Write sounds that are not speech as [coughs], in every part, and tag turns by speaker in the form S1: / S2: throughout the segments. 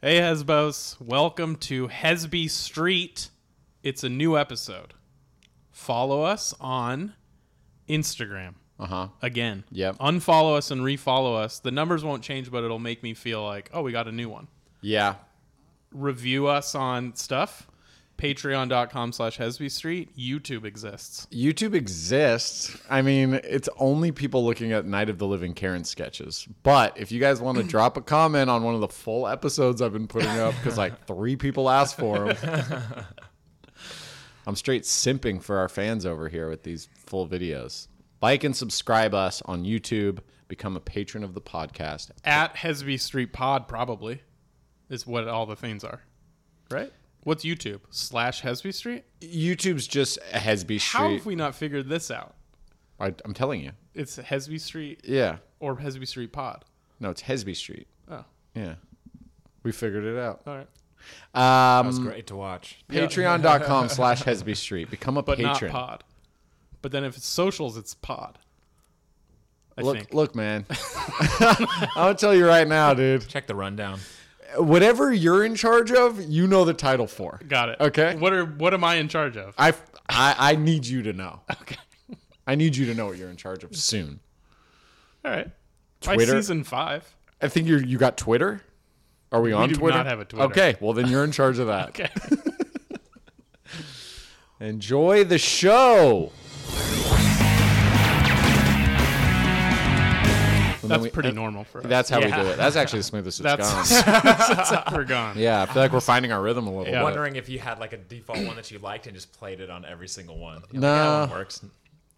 S1: Hey, Hesbos. Welcome to Hesby Street. It's a new episode. Follow us on Instagram.
S2: Uh huh.
S1: Again.
S2: Yep.
S1: Unfollow us and refollow us. The numbers won't change, but it'll make me feel like, oh, we got a new one.
S2: Yeah.
S1: Review us on stuff. Patreon.com slash Hesby Street. YouTube exists.
S2: YouTube exists. I mean, it's only people looking at Night of the Living Karen sketches. But if you guys want to drop a comment on one of the full episodes I've been putting up, because like three people asked for them,
S1: [laughs]
S2: I'm straight simping for our fans over here with these full videos. Like and subscribe us on YouTube. Become a patron of the podcast.
S1: At Hesby Street Pod, probably, is what all the things are. Right? What's YouTube? Slash Hesby Street?
S2: YouTube's just a Hesby
S1: How
S2: Street.
S1: have we not figured this out?
S2: I, I'm telling you.
S1: It's Hesby Street
S2: Yeah.
S1: or Hesby Street Pod.
S2: No, it's Hesby Street.
S1: Oh,
S2: Yeah. We figured it out.
S1: all right.
S2: Um,
S1: Mm.
S3: That was great to watch.
S1: [laughs]
S2: Patreon.com slash Hesby Street. Become a
S1: But
S2: patron.
S1: not pod. But then if it's socials, it's pod. I
S2: look,
S1: think. [laughs]
S2: look, man. [laughs] I'll tell you right now, dude.
S3: Check the rundown.
S2: Whatever you're in charge of, you know the title for.
S1: Got it.
S2: Okay.
S1: What are what am I in charge of?
S2: I, I, I need you to know.
S1: Okay.
S2: I need you to know what you're in charge of soon.
S1: All right. By
S2: Twitter?
S1: season five.
S2: I think you you got Twitter. Are we on
S1: do
S2: Twitter?
S1: not have a Twitter.
S2: Okay, well then you're in charge of
S1: [laughs]
S2: that.
S1: Okay.
S2: Enjoy the show. And then
S1: That's
S2: we-
S1: pretty
S2: and
S1: normal for us.
S2: That's how
S1: Yeah.
S2: we do it. That's actually the smoothest it's gone.
S1: [laughs] That's that's [laughs] we're gone.
S2: Yeah, I feel like we're finding our rhythm a little
S1: Yeah.
S2: bit.
S3: Wondering if you had like a default one that you liked and just played it on every single one. You're like,
S2: No.
S3: "Yeah, that one works.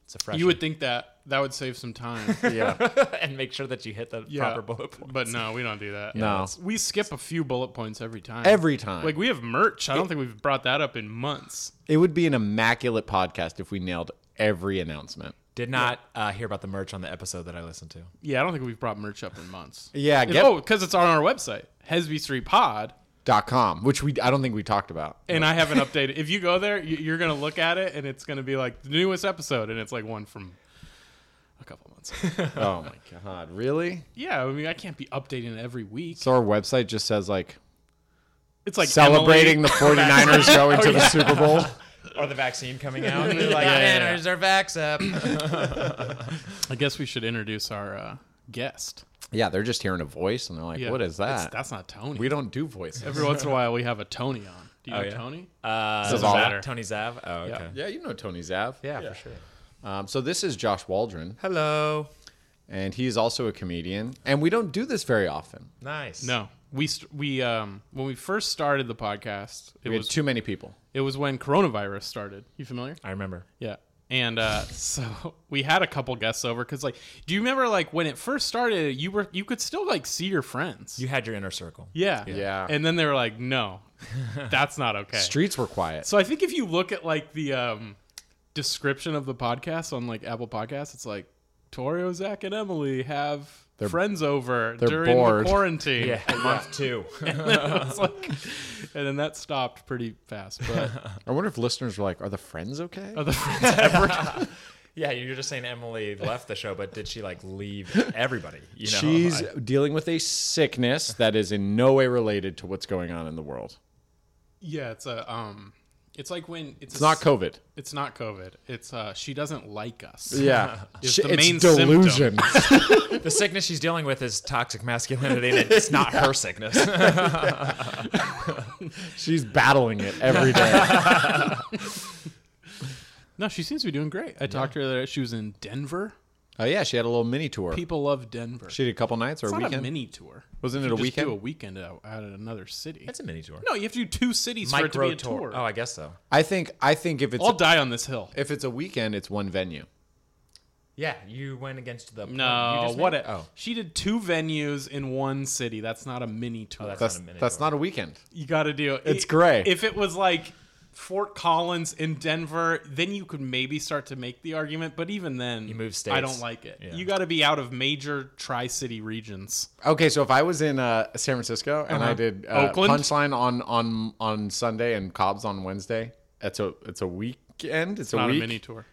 S3: It's a fresh.
S1: You would think that that would save some time.
S2: Yeah.
S3: [laughs] and make sure that you hit the
S1: [laughs] Yeah.
S3: proper bullet point.
S1: But no, we don't do that.
S2: No.
S1: It's- We skip a few bullet points every time.
S2: [laughs] Every time.
S1: Like we have merch. I don't think we've brought that up in months.
S2: it would be an immaculate podcast if we nailed every announcement.
S3: Did not uh, hear about the merch on the episode that I listened to.
S1: Yeah, I don't think we've brought merch up in months.
S2: Yeah,
S1: It-
S2: get-
S1: oh, because it's on our website, Hesby Street Pod,
S2: Dot com, which we I don't think we talked about.
S1: and I haven't updated. If you go there, you- you're gonna look at it, and it's gonna be like the newest episode, and it's like one from a couple months. [laughs] ago.
S2: oh my god, really?
S1: yeah, I mean, I can't be updating it every week.
S2: So our website just says like,
S1: It's like
S2: celebrating
S1: Emily-
S2: the 49ers going to the Super Bowl.
S3: Or the vaccine [laughs] coming out. and they're like,
S1: Yeah, yeah, yeah.
S3: "Man, our vax up.
S1: I guess we should introduce our uh, guest.
S2: Yeah, they're just hearing a voice and they're like,
S1: Yeah,
S2: "What is
S1: it's-
S2: that?"
S1: That's not Tony.
S2: we don't do voices.
S1: every once in a while we have a Tony on. Do you
S3: Oh,
S1: know
S3: yeah?
S1: Tony?
S3: [coughs] Uh,
S2: Doesn't
S3: Zav-
S1: matter.
S3: Tony Zav. Oh, okay.
S2: yeah,
S3: Yeah,
S2: you know Tony Zav.
S3: for sure.
S2: Um, so this is Josh Waldron,
S3: Hello.
S2: and he's also a comedian. And we don't do this very often.
S3: Nice.
S1: No, we st- we um when we first started the podcast, it
S2: We
S1: was
S2: had too many people.
S1: it was when coronavirus started. You familiar?
S3: I remember.
S1: Yeah. And uh, [laughs] so we had a couple guests over because, like, do you remember like when it first started? You were you could still like see your friends.
S3: You had your inner circle.
S1: yeah.
S2: Yeah.
S1: And then they were like, "No, that's not okay."
S2: Streets were quiet.
S1: so I think if you look at like the um, description of the podcast on like Apple Podcasts, it's like Torio, Zach, and Emily have friends over
S2: they're
S1: during
S2: bored. [laughs]
S1: the quarantine.
S3: [laughs] month two.
S1: [laughs] It's like- and then that stopped pretty fast. But
S2: I wonder if listeners were like, "Are the friends okay?"
S1: are the friends ever?
S3: yeah, you're just saying Emily left the show, but did she like leave everybody? You know,
S2: She's
S3: I-
S2: dealing with a sickness that is in no way related to what's going on in the world.
S1: yeah, it's a um, it's like when it's,
S2: It's
S1: a
S2: not
S1: s-
S2: COVID.
S1: It's not COVID. It's uh, she doesn't like us.
S2: Yeah,
S1: It's
S2: it's,
S1: the main
S2: delusion.
S3: the sickness she's dealing with is toxic masculinity, and it's not her [laughs] sickness.
S2: [laughs] She's battling it every day.
S1: No, she seems to be doing great. I talked to her the other day. She was in Denver.
S2: oh yeah, she had a little mini tour.
S1: People love Denver.
S2: She did a couple nights or
S1: it's
S2: a
S1: not
S2: weekend.
S1: a mini tour.
S2: Wasn't it
S1: You
S2: a
S1: just
S2: weekend?
S1: Do a weekend out, out at another city.
S3: It's a mini tour.
S1: no, you have to do two cities for it to be a tour.
S3: Oh, I guess so.
S2: I think. I think if it's
S1: I'll die on this hill.
S2: if it's a weekend, it's one venue.
S3: Yeah, you went against the.
S1: No,
S3: you just made-
S1: what? A,
S3: oh,
S1: She did two venues in one city. That's not a mini tour.
S3: that's-
S2: That's
S3: not a mini
S2: that's
S3: tour.
S2: not a weekend.
S1: you got to do.
S2: It's
S1: i-
S2: gray.
S1: If it was like Fort Collins in Denver, then you could maybe start to make the argument. But even then, you
S3: move
S1: I
S3: states.
S1: don't like it.
S3: Yeah.
S1: You got to be out of major tri-city regions.
S2: Okay, so if I was in uh, San Francisco and I did uh,
S1: Oakland?
S2: punchline on on on Sunday and Cobb's on Wednesday, that's a it's a weekend. It's, a
S1: Not
S2: week. [laughs]
S1: a mini tour.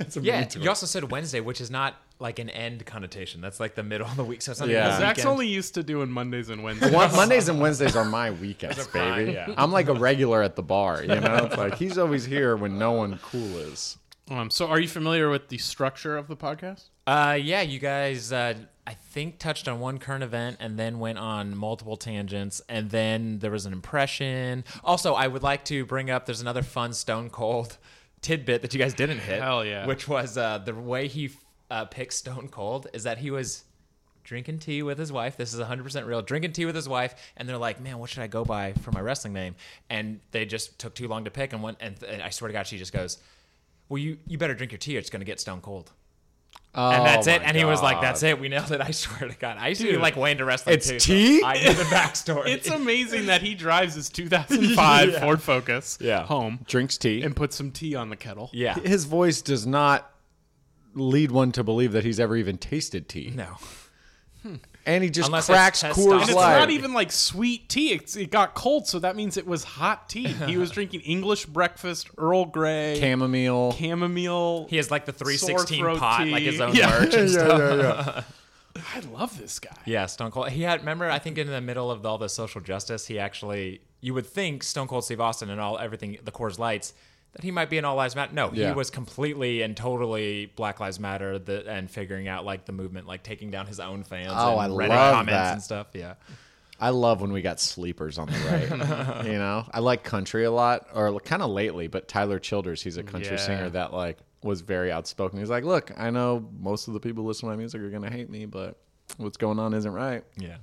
S2: It's a
S3: yeah.
S2: mini tour.
S3: You also said Wednesday, which is not like an end connotation. That's like the middle of the week. So it's not
S2: Yeah.
S3: even the
S1: Zach's
S3: weekend.
S1: only used to doing Mondays and Wednesdays.
S2: One, Mondays and Wednesdays are my weekends,
S3: Those are mine,
S2: baby.
S3: yeah.
S2: I'm like a regular at the bar, you know. It's like he's always here when no one cool is.
S1: Um, so, are you familiar with the structure of the podcast?
S3: Uh, yeah, you guys, uh, I think touched on one current event and then went on multiple tangents, and then there was an impression. Also, I would like to bring up there's another fun Stone Cold [laughs] tidbit that you guys didn't hit.
S1: Hell yeah.
S3: Which was uh, the way he uh, picked Stone Cold is that he was drinking tea with his wife. This is 100% real. Drinking tea with his wife, and they're like, "Man, what should I go by for my wrestling name?" And they just took too long to pick, and one and, and I swear to God, she just goes, "Well, you you better drink your tea, or it's gonna get Stone Cold." and that's
S2: Oh
S3: it.
S2: my
S3: And he was like,
S2: God.
S3: "That's it. We nailed it." I [laughs] swear to God, I used to be
S1: Dude.
S3: like way into wrestling.
S2: It's
S3: too,
S2: tea?
S3: So [laughs] I knew the
S2: [laughs]
S3: backstory.
S1: It's amazing that he drives his 2005 Ford Focus
S2: Yeah,
S1: home
S2: drinks tea.
S1: and puts some tea on the kettle.
S3: [laughs] yeah.
S2: His voice does not lead one to believe that he's ever even tasted tea,
S3: No.
S2: and he just
S3: Unless it's
S2: cracks
S3: testosterone.
S2: Coors
S1: And
S2: Light.
S1: it's not even like sweet tea. It's, it got cold, so that means it was hot [laughs] tea. He was drinking English breakfast, Earl Grey,
S2: chamomile.
S1: chamomile.
S3: He has like the
S1: Sore
S3: 316
S1: throat
S3: pot,
S1: tea.
S3: like his own
S1: Yeah.
S2: [laughs]
S3: merch.
S2: yeah, yeah, yeah.
S1: I love this guy.
S3: Yeah, Stone Cold. He had remember I think in the middle of all the social justice, he actually you would think Stone Cold Steve Austin and all everything the Coors Lights that he might be in All Lives Matter. No,
S2: Yeah.
S3: he was completely and totally Black Lives Matter the, and figuring out like the movement, like taking down his own fans.
S2: Oh,
S3: and
S2: I
S3: Reddit
S2: love
S3: comments
S2: that.
S3: and stuff. Yeah,
S2: I love when we got sleepers on the [laughs] right. you know, I like country a lot, or kind of lately. But Tyler Childers, he's a country
S1: Yeah.
S2: singer that like was very outspoken. He's like, look, I know most of the people listening to my music are gonna hate me, but what's going on isn't right.
S3: yeah.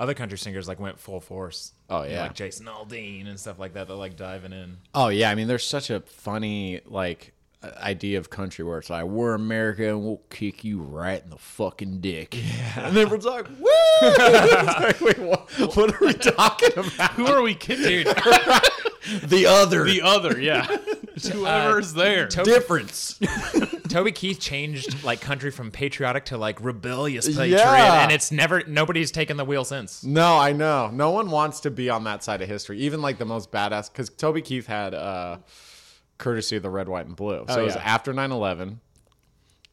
S3: Other country singers like went full force.
S2: Oh,
S3: You know,
S2: yeah.
S3: like Jason Aldean and stuff like that. They're like diving in.
S2: Oh yeah, I mean, there's such a funny like idea of country where it's like we're America and we'll kick you right in the fucking dick. Yeah. And everyone's like, woo! [laughs] It's like, Wait, what, what are we talking about?
S1: Who are we kidding?
S2: The other
S1: the other, [laughs] yeah. Whoever's there.
S2: difference.
S3: [laughs] Toby Keith changed like country from patriotic to like rebellious patriot,
S2: Yeah.
S3: and it's never nobody's taken the wheel since.
S2: No, I know. No one wants to be on that side of history. Even like the most badass, because Toby Keith had uh, courtesy of the red, white, and blue. So it was
S3: Oh, yeah.
S2: after 9 11.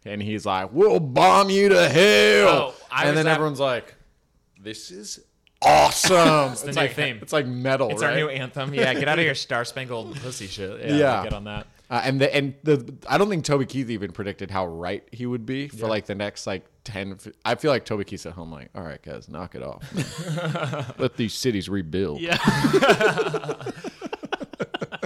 S2: And he's like, we'll bomb you to hell.
S3: Oh, I
S2: and
S3: was
S2: then
S3: at-
S2: everyone's like, this is awesome. [laughs] it's
S3: the new
S2: like,
S3: theme.
S2: It's like metal,
S3: It's
S2: right?
S3: our new anthem. Yeah, get out
S2: [laughs]
S3: of your star spangled pussy shit. Yeah,
S2: Yeah.
S3: get on that.
S2: Uh, and the and the I don't think Toby Keith even predicted how right he would be for like the next like ten. f- I feel like Toby Keith's at home like, all right, guys, knock it off.
S3: [laughs]
S2: Let these cities rebuild.
S1: Yeah.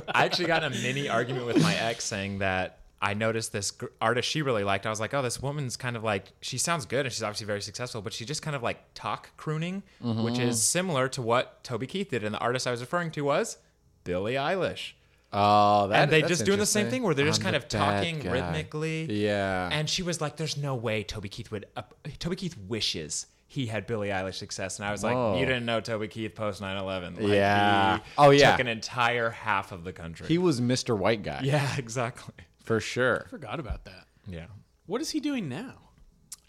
S3: I actually got in a mini argument with my ex saying that I noticed this gr- artist she really liked. I was like, oh, this woman's kind of like, she sounds good and she's obviously very successful, but she just kind of like talk crooning,
S2: Mm-hmm.
S3: which is similar to what Toby Keith did. And the artist I was referring to was Billie Eilish.
S2: Oh, that
S3: and they
S2: that's
S3: just doing the same
S2: interesting.
S3: thing where they're just
S2: I'm
S3: kind
S2: the
S3: of
S2: bad
S3: talking
S2: guy.
S3: rhythmically.
S2: Yeah.
S3: And she was like, "There's no way Toby Keith would." Up- Toby Keith wishes he had Billie Eilish success, and I was
S2: Whoa.
S3: like, "You didn't know Toby Keith post 9/11? Like,
S2: Yeah.
S3: he
S2: Oh, yeah.
S3: took an entire half of the country.
S2: he was Mr. White Guy
S3: [laughs] yeah, exactly.
S2: for sure.
S1: Forgot about that.
S3: Yeah,
S1: What is he doing now?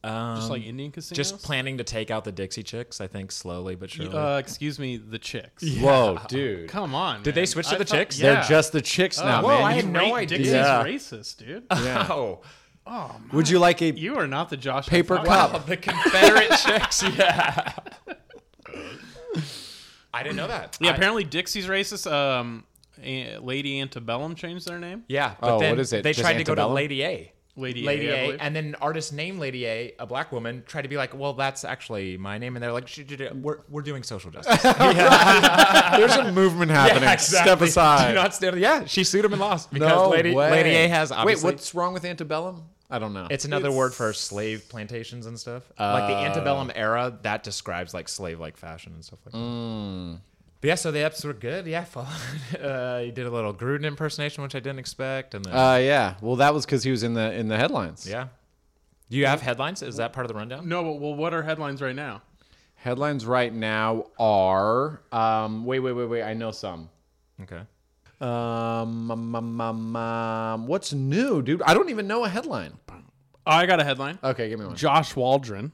S1: Um, just like Indian casinos?
S3: just planning to take out the Dixie Chicks, I think, slowly but surely.
S1: Uh, excuse me, the chicks.
S2: Whoa, dude.
S1: Come on.
S3: Did they switch to the chicks?
S2: They're just the chicks now,
S3: Oh, whoa,
S2: man.
S3: I
S2: You-
S3: had no idea.
S1: Dixie's
S2: Yeah.
S1: racist, dude.
S2: yeah.
S3: oh,
S2: Would you like a
S1: You are not the Josh. I
S2: paper
S1: thought-
S2: cup?
S3: [laughs] the Confederate Chicks. Yeah, I didn't know that.
S1: Yeah,
S3: I-
S1: apparently Dixie's racist. Um, A- Lady Antebellum changed their name.
S3: Yeah, but
S2: Oh,
S3: then
S2: what is it?
S3: They
S2: Just
S3: tried to go to
S2: Antebellum?
S3: Lady A.
S1: Lady A,
S3: Lady
S1: I
S3: A,
S1: believe.
S3: and then an artist named Lady A, a black woman, tried to be like, "Well, that's actually my name," and they're like, "Sh- sh- sh- "We're we're doing social justice."
S2: There's a movement
S3: [laughs]
S2: happening. Step
S3: Exactly.
S2: aside.
S3: Do not stand. Yeah, she sued him and lost because
S2: no
S3: Lady
S2: way.
S3: Lady A has
S2: Wait,
S3: obviously.
S2: what's wrong with antebellum? I don't know.
S3: It's another word for slave plantations and stuff. like the antebellum era, that describes like slave like fashion and stuff like that. But yeah, so the eps were good. Yeah, [laughs] I followed. Uh, you did a little Gruden impersonation, which I didn't expect, and then
S2: uh, yeah. Well, that was because he was in the in the headlines.
S3: yeah. Do you have headlines? Is that part of the rundown?
S1: No, but well, what are headlines right now?
S2: Headlines right now are um, wait, wait, wait, wait. I know some.
S3: Okay.
S2: Um, um, um, um, um, what's new, dude? I don't even know a headline.
S1: I got a headline.
S2: Okay, give me one.
S1: Uh, Josh Waldron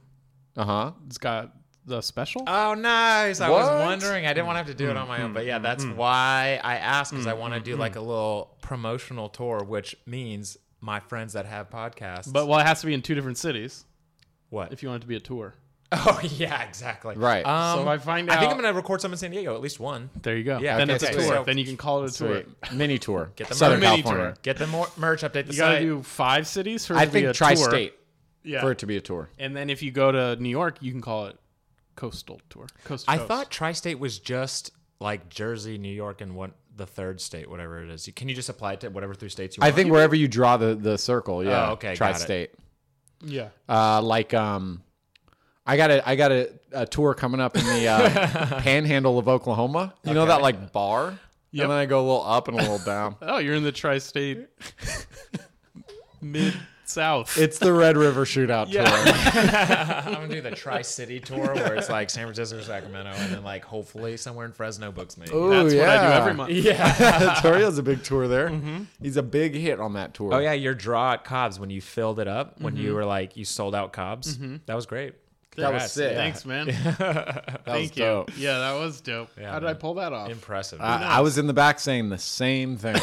S2: Uh huh.
S1: has got the special.
S3: Oh, nice. I
S2: What?
S3: was wondering. I didn't want to have to do it on my own. But yeah, that's why I asked because I want to do like a little promotional tour, which means my friends that have podcasts.
S1: But well, it has to be in two different cities
S3: what?
S1: if you want it to be a tour.
S3: [laughs] oh yeah, exactly.
S2: Right.
S3: Um,
S1: So I find
S3: I think
S1: out-
S3: I'm gonna record some in San Diego, at least one.
S1: There you go.
S3: Yeah,
S1: then
S3: okay,
S1: it's a
S3: okay,
S1: tour.
S3: so-
S1: then you can call it a tour.
S2: Sweet. Mini tour.
S3: Get them
S2: Southern
S1: out. Mini
S2: California.
S1: tour.
S3: Get the more merch, update the
S1: You gotta
S3: site.
S1: do five cities for it
S2: I
S1: to be a
S2: think tri
S1: tour.
S2: state
S1: Yeah.
S2: for it to be a tour.
S1: and then if you go to New York, you can call it coastal tour. Coast. to
S3: I
S1: coast.
S3: thought tri-state was just like Jersey, New York, and one the third state, whatever it is. Can you just apply it to whatever three states you
S2: I
S3: want?
S2: think wherever you draw the, the circle, yeah.
S3: Oh, okay, got
S2: Tri
S3: it.
S2: state.
S1: Yeah.
S2: Uh, like um, I got a I got a, a tour coming up in the [laughs] uh, Panhandle of Oklahoma. You know that like bar,
S1: Yep.
S2: and then I go a little up and a little [laughs] down.
S1: Oh, you're in the
S3: [laughs]
S1: tri-state, mid south.
S2: It's the Red River Shootout tour.
S3: [laughs] I'm gonna do the Tri-City tour where it's like San Francisco, Sacramento, and then like hopefully somewhere in Fresno books me.
S2: Ooh,
S1: That's what I
S2: yeah.
S1: do every month.
S2: [laughs]
S3: Yeah.
S2: Torio's a big tour there.
S1: Mm-hmm.
S2: He's a big hit on that tour.
S3: Oh yeah, your draw at Cobb's when you filled it up when
S1: Mm-hmm.
S3: you were like you sold out Cobb's. That was great.
S2: That was sick.
S1: Thanks, man.
S2: that was
S1: Thank you.
S2: dope.
S1: Yeah, that was dope. How did I
S3: man.
S1: pull that off?
S3: Impressive.
S2: I, I was in the back saying the same
S1: [laughs]
S2: thing.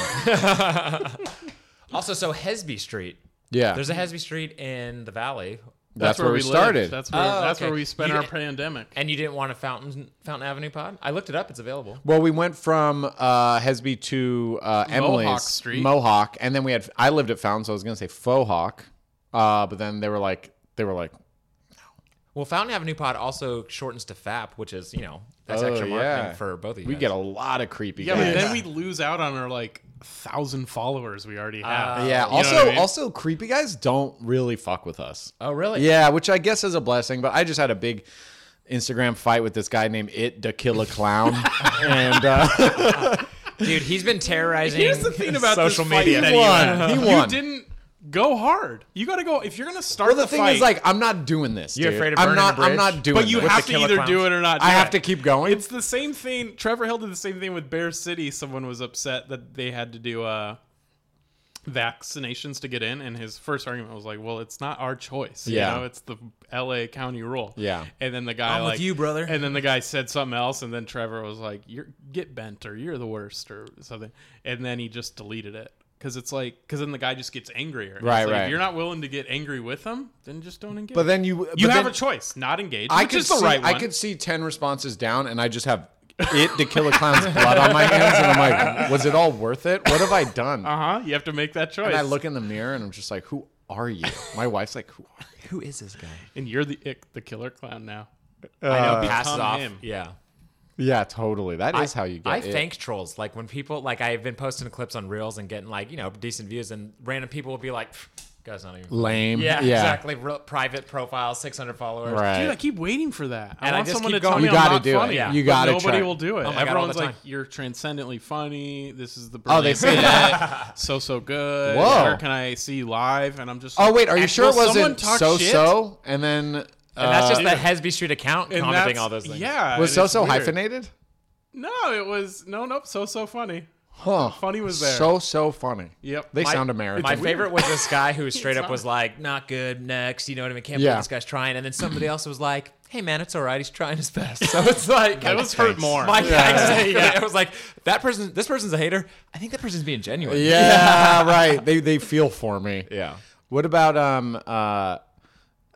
S3: also, so Hesby Street.
S2: Yeah,
S3: There's a Hesby Street in the Valley,
S2: that's, where, we
S1: lived.
S2: started.
S1: That's where,
S3: Oh,
S1: that's
S3: okay.
S1: where we spent
S3: You-
S1: our pandemic.
S3: and you didn't want a Fountain Fountain Avenue pod. I looked it up. It's available.
S2: Well, we went from uh, Hesby to uh, Emily's
S1: Street.
S2: Mohawk, and then we had. I lived at Fountain, so I was gonna say Fohawk, uh, but then they were like, they were like,
S3: Well, Fountain Avenue Pod also shortens to FAP, which is you know that's
S2: Oh,
S3: extra marketing
S2: yeah.
S3: for both of you.
S2: we
S3: guys.
S2: get a lot of creepy.
S1: Yeah,
S2: guys.
S1: but then we lose out on our like thousand followers we already have.
S2: yeah.
S1: You know
S2: Also,
S1: what I mean?
S2: also creepy guys don't really fuck with us.
S3: oh really?
S2: Yeah, which I guess is a blessing, but I just had a big Instagram fight with this guy named It Da Kill a Clown, and uh,
S3: dude, he's been terrorizing.
S1: Here's the
S3: [laughs]
S1: thing about
S3: social
S1: this fight
S3: media.
S1: that
S2: he won. He
S1: you
S2: won.
S1: didn't go hard. You got to go if you're gonna start
S2: Well, the
S1: the
S2: thing
S1: fight,
S2: is, like, I'm not doing this.
S3: You're
S2: dude.
S3: afraid of
S2: I'm
S3: burning
S2: not.
S3: a
S2: I'm not
S3: bridge?
S2: doing.
S1: but you
S2: this.
S1: have to
S3: the killer
S1: either do
S3: clowns.
S1: it or not.
S2: I
S1: do
S2: have
S1: it.
S2: to keep going.
S1: It's the same thing. Trevor Hill did the same thing with Bear City. Someone was upset that they had to do uh, vaccinations to get in, and his first argument was like, "Well, it's not our choice.
S2: Yeah.
S1: you know, it's the L.A. County rule."
S2: Yeah.
S1: and then the guy
S3: I'm with
S1: like
S3: you, brother.
S1: and then the guy said something else, and then Trevor was like, "You're get bent, or you're the worst, or something," and then he just deleted it. Cause it's like, cause then the guy just gets angrier. It's
S2: Right,
S1: like,
S2: right.
S1: If you're not willing to get angry with him, then just don't engage.
S2: but then you.
S1: you
S2: but
S1: have
S2: then-
S1: a choice: not engage,
S2: I
S1: which
S2: could
S1: is the
S2: see,
S1: right one.
S2: I could see ten responses down, and I just have it to kill a clown's blood on my hands, and I'm like, was it all worth it? What have I done?
S1: uh huh. You have to make that choice.
S2: And I look in the mirror, and I'm just like, who are you? My wife's like, who are you?
S3: Who is this guy?
S1: And you're the ick, the killer clown now.
S3: I know.
S1: Uh,
S3: passes
S1: Become
S3: off.
S1: him.
S3: Yeah.
S2: Yeah, totally. That is how you get.
S3: I
S2: it.
S3: thank trolls. Like when people like I've been posting clips on reels and getting like you know decent views, and random people will be like, "Pff, "Guys, not even."
S2: lame.
S3: Yeah, exactly. Real, private profile, 600 followers.
S2: Right.
S1: Dude, I keep waiting for that. I
S3: And I
S1: want
S3: just
S1: someone to
S3: keep
S1: tell
S3: going.
S1: me
S2: You
S1: I'm
S2: gotta
S1: not
S2: do it.
S1: funny.
S2: Yeah. You gotta
S1: but nobody
S2: try.
S1: will do it.
S3: Oh my God, all
S1: Everyone's
S3: the
S1: like,
S3: time.
S1: "You're transcendently funny. This is the
S2: Oh, they
S1: brilliant
S2: say
S1: [laughs]
S2: that.
S1: so so good.
S2: Whoa.
S1: Where can I see you live?" And I'm just,
S2: Oh
S1: like,
S2: wait, are you
S1: "Will
S2: sure it
S1: someone
S2: wasn't
S1: talk
S2: so
S1: shit?"
S2: so? And then uh,
S3: And that's just the Hesby Street account
S1: And
S3: commenting
S1: that's-
S3: all those things.
S1: Yeah,
S2: was
S1: and
S2: so
S1: it's
S2: so
S1: weird.
S2: hyphenated.
S1: No, it was no, nope. So so funny.
S2: Huh.
S1: Funny was there.
S2: So so funny.
S1: Yep.
S2: They
S1: My-
S2: sound American.
S3: My favorite was this guy
S1: [laughs]
S3: who straight up
S1: not.
S3: was like, "Not good, next." You know what I mean? Can't
S2: Yeah.
S3: believe this guy's trying. And then somebody else was like, "Hey man, it's all right. He's trying his
S1: [laughs]
S3: best." So it's like
S1: That was hurt more.
S3: My [laughs]
S2: Yeah.
S3: exactly. It was like that person. This person's a hater. I think that person's being genuine.
S1: [laughs]
S2: Yeah, right. They they feel for me.
S3: Yeah.
S2: What about um uh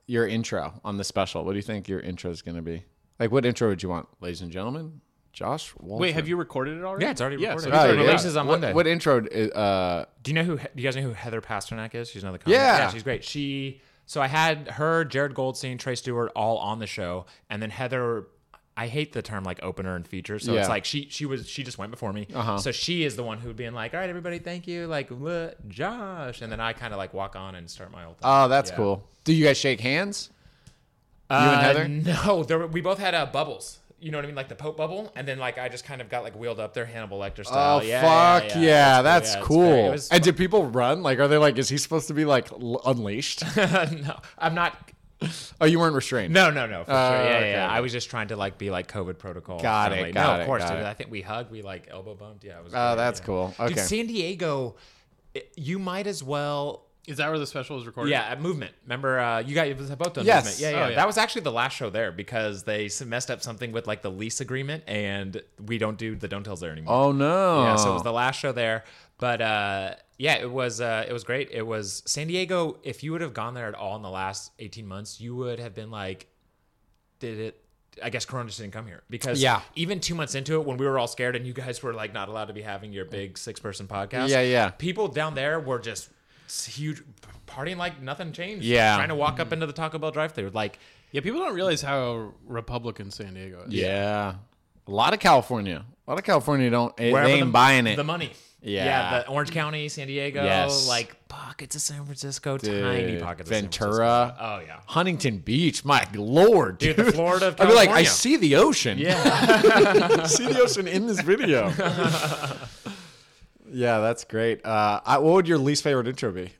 S2: your intro on the special? What do you think your intro is going to be? Like, what intro would you want, ladies and gentlemen? Josh, Walter.
S1: Wait, have you recorded it already?
S3: Yeah, it's already recorded.
S1: So
S3: Oh,
S1: it's
S3: yeah.
S1: already
S3: Release
S1: out.
S3: is on
S2: what,
S3: Monday.
S2: What intro? Uh,
S3: Do you know who? Do you guys know who Heather Pasternak is? She's another comic.
S2: Yeah.
S3: she's great. She. So I had her, Jared Goldstein, Trey Stewart, all on the show, and then Heather. I hate the term like opener and feature. So
S2: Yeah.
S3: it's like she she was she just went before me. Uh-huh. So she is the one who'd been like, all right, everybody, thank you, like "Wha- Josh, and then I kind of like walk on and start my old. Thing.
S2: oh, that's
S3: Yeah.
S2: cool. Do you guys shake hands?
S3: You
S2: and Heather?
S3: Uh, [laughs] No, there, were- we both had uh, bubbles. You know what I mean, like the Pope bubble, and then like I just kind of got like wheeled up there, Hannibal Lecter style.
S2: Oh
S3: yeah,
S2: fuck yeah,
S3: it's
S2: that's
S3: great.
S2: cool.
S3: It was
S2: and did people run? Like, are they like, is he supposed to be like l- unleashed?
S3: [laughs] no, I'm not
S2: oh, you weren't restrained.
S3: No, no, no, for
S2: Oh,
S3: sure. Yeah,
S2: okay.
S3: yeah, yeah. I was just trying to like be like COVID protocol.
S2: Got it,
S3: friendly.
S2: got
S3: no,
S2: it,
S3: of course.
S2: got
S3: dude.
S2: it.
S3: I think we hugged. We like elbow bumped. Yeah, it was.
S2: Oh,
S3: great,
S2: that's
S3: yeah.
S2: cool. Okay.
S3: Dude, San Diego, it- you might as well
S1: Is that where the special was recorded?
S3: Yeah, at Movement. Remember, uh, you got it was about the
S2: Yes.
S3: Movement. Yeah,
S1: Oh,
S3: yeah,
S1: yeah.
S3: That was actually the last show there because they s- messed up something with like the lease agreement, and we don't do the don't tells there anymore.
S2: Oh no.
S3: Yeah, so it was the last show there. But uh, yeah, it was uh, it was great. It was San Diego. If you would have gone there at all in the last eighteen months, you would have been like, did it? I guess Corona just didn't come here because
S2: Yeah.
S3: even two months into it, when we were all scared and you guys were like not allowed to be having your big six person podcast,
S2: Yeah, yeah.
S3: people down there were just s- huge partying like nothing changed.
S2: Yeah.
S3: trying to walk up into the Taco Bell drive through like
S1: Yeah, people don't realize how Republican San Diego is.
S2: yeah. A lot of California. A lot of California don't. eh, They
S3: wherever
S2: ain't
S3: the-
S2: buying it.
S3: The money.
S2: Yeah.
S3: the Orange County, San Diego,
S2: Yes.
S3: like pockets of San Francisco, tiny
S2: Dude,
S3: pockets
S2: Ventura.
S3: of San Francisco. Oh yeah.
S2: Huntington Beach. My lord,
S3: Dude,
S2: dude.
S3: the Florida of
S2: I'd be like, I
S3: California.
S2: see the ocean.
S3: Yeah.
S2: [laughs] see the ocean in this video.
S3: [laughs]
S2: yeah, that's great. Uh, I, what would your least favorite intro be?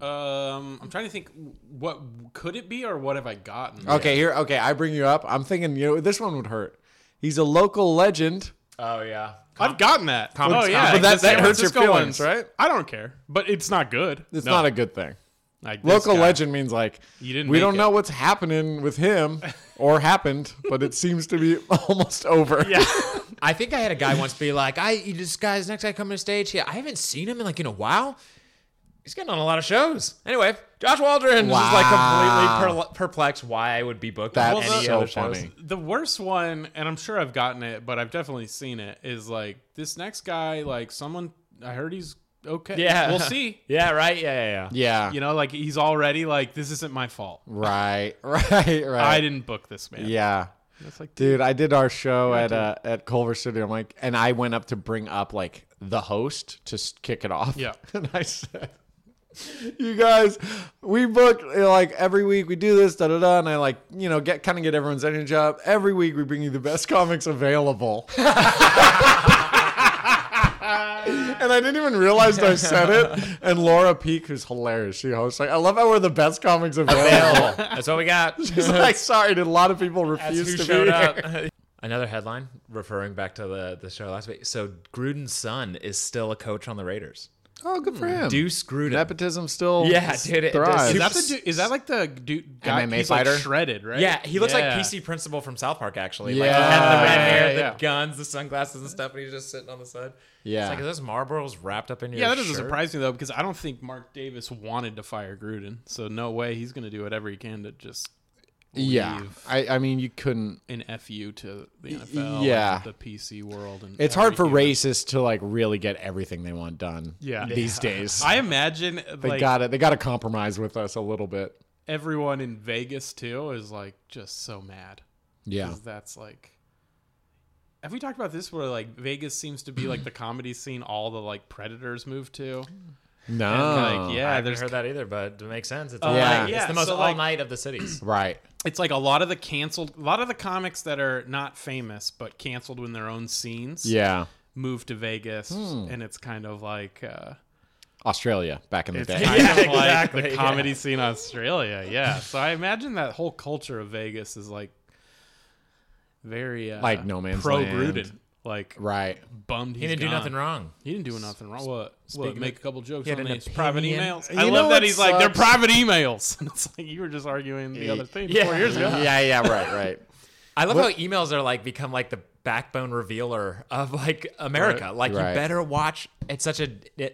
S1: Um, I'm trying to think what could it be or what have I gotten?
S2: Okay, here. Okay, I bring you up. I'm thinking, you know, this one would hurt. He's a local legend.
S3: oh yeah.
S1: I've gotten that.
S3: Common-
S1: oh yeah,
S3: But
S2: that-
S1: the San
S2: that hurts your
S1: Francisco
S2: feelings,
S1: ones.
S2: right?
S1: I don't care, but it's not good.
S2: It's not a good thing.
S1: like this
S2: Local
S1: guy.
S2: legend means like
S1: You didn't
S2: we
S1: make
S2: don't
S1: it.
S2: know what's happening with him or happened, but it seems to be [laughs] almost over.
S1: Yeah,
S3: I think I had a guy once be like, I you just guys next guy coming to stage here. I haven't seen him in like in a while. He's getting on a lot of shows. Anyway, Josh Waldron is just like
S2: Wow.
S3: completely per- perplexed why I would be booked
S2: That's
S3: on any
S1: so
S3: other shows.
S2: funny.
S1: the worst one, and I'm sure I've gotten it, but I've definitely seen it. Is like this next guy, like someone I heard he's okay.
S3: Yeah.
S1: we'll see.
S3: Yeah, right? Yeah, yeah, yeah.
S2: [laughs] Yeah.
S1: You know, like he's already like this isn't my fault.
S2: Right. [laughs] Right. Right.
S1: I didn't book this man.
S2: yeah.
S1: That's like
S2: Dude, I did our show at uh, at Culver City. I'm like, and I went up to bring up like the host to s- kick it off. [laughs]
S1: Yeah.
S2: and I said, "You guys, we book you know, like every week. We do this, da da da." And I like, you know, get kind of get everyone's energy up. Every week we bring you the best [laughs] comics available. [laughs] And I didn't even realize I said it. And Laura Peak, who's hilarious, she hosts like, I love how we're the best comics available.
S3: Available. That's what we got.
S2: [laughs] She's like, sorry, did a lot of people
S3: That's
S2: refuse
S3: who
S2: to
S3: showed
S2: be
S3: up.
S2: here?
S3: Another headline referring back to the, the show last week. So Gruden's son is still a coach on the Raiders.
S2: Oh, good for him.
S3: Deuce Gruden.
S2: nepotism still
S3: Yeah, dude, it-
S2: thrives.
S1: is
S3: it's-
S1: that the dude, is that like the dude guy
S2: MMA
S1: he's
S2: fighter?
S1: like shredded right?
S3: yeah, he looks
S1: Yeah.
S3: like PC Principal from South Park, actually. Like, he
S2: Yeah.
S3: had the red hair,
S1: Yeah,
S3: the
S1: yeah.
S3: guns, the sunglasses and stuff, and he's just sitting on the side.
S2: Yeah.
S3: It's like, are those Marlboros wrapped up in your
S1: Yeah, that doesn't
S3: shirt?
S1: surprise me though, because I don't think Mark Davis wanted to fire Gruden, so no way he's going to do whatever he can to just
S2: yeah.
S1: leave
S2: I, I mean, you couldn't.
S1: an fu to the NFL,
S2: yeah.
S1: and the PC world, and
S2: It's hard for
S1: everything.
S2: racists to like really get everything they want done.
S1: Yeah.
S2: these days
S1: I imagine
S2: they
S1: like
S2: got it. They got to compromise with us a little bit.
S1: everyone in Vegas too is like just so mad
S2: Yeah,
S1: 'Cause that's like. Have we talked about this? Where like Vegas seems to be like the comedy scene, all the like predators move to.
S2: no,
S1: And,
S2: Oh,
S1: like,
S3: I
S1: yeah,
S3: haven't
S1: there's
S3: heard that either, but it makes sense. It's,
S1: Oh,
S3: all
S2: yeah.
S3: night. it's
S1: Yeah,
S3: the most
S1: so,
S3: all
S1: like-
S3: night of
S2: [clears throat]
S3: the cities.
S2: right.
S1: it's like a lot of the canceled a lot of the comics that are not famous but canceled in their own scenes
S2: Yeah, Hmm.
S1: move to vegas and it's kind of like uh
S2: Australia back in the
S1: it's
S2: day.
S1: kind
S3: Yeah,
S1: of like
S3: exactly,
S1: the
S3: yeah.
S1: comedy scene in australia yeah so i imagine that whole culture of vegas is like very uh,
S2: Like no man's
S1: pro
S2: land.
S1: gruden like
S2: [laughs] right.
S1: bummed he's
S3: He didn't do
S1: gone.
S3: nothing wrong.
S1: he didn't do nothing wrong what what
S3: Speaking
S1: make a
S3: of-
S1: couple jokes
S3: he had
S1: on
S3: an
S1: these private
S3: opinion.
S1: emails
S2: You
S1: i
S2: know
S1: love that
S2: what
S1: he's like they're
S2: sucks?
S1: private emails [laughs] and it's like you were just arguing the other thing
S3: Yeah.
S1: four years ago
S2: Yeah, yeah, right, [laughs] right.
S3: I love how emails are like become like the backbone revealer of like America. Like
S2: Right.
S3: you better watch. It's such a,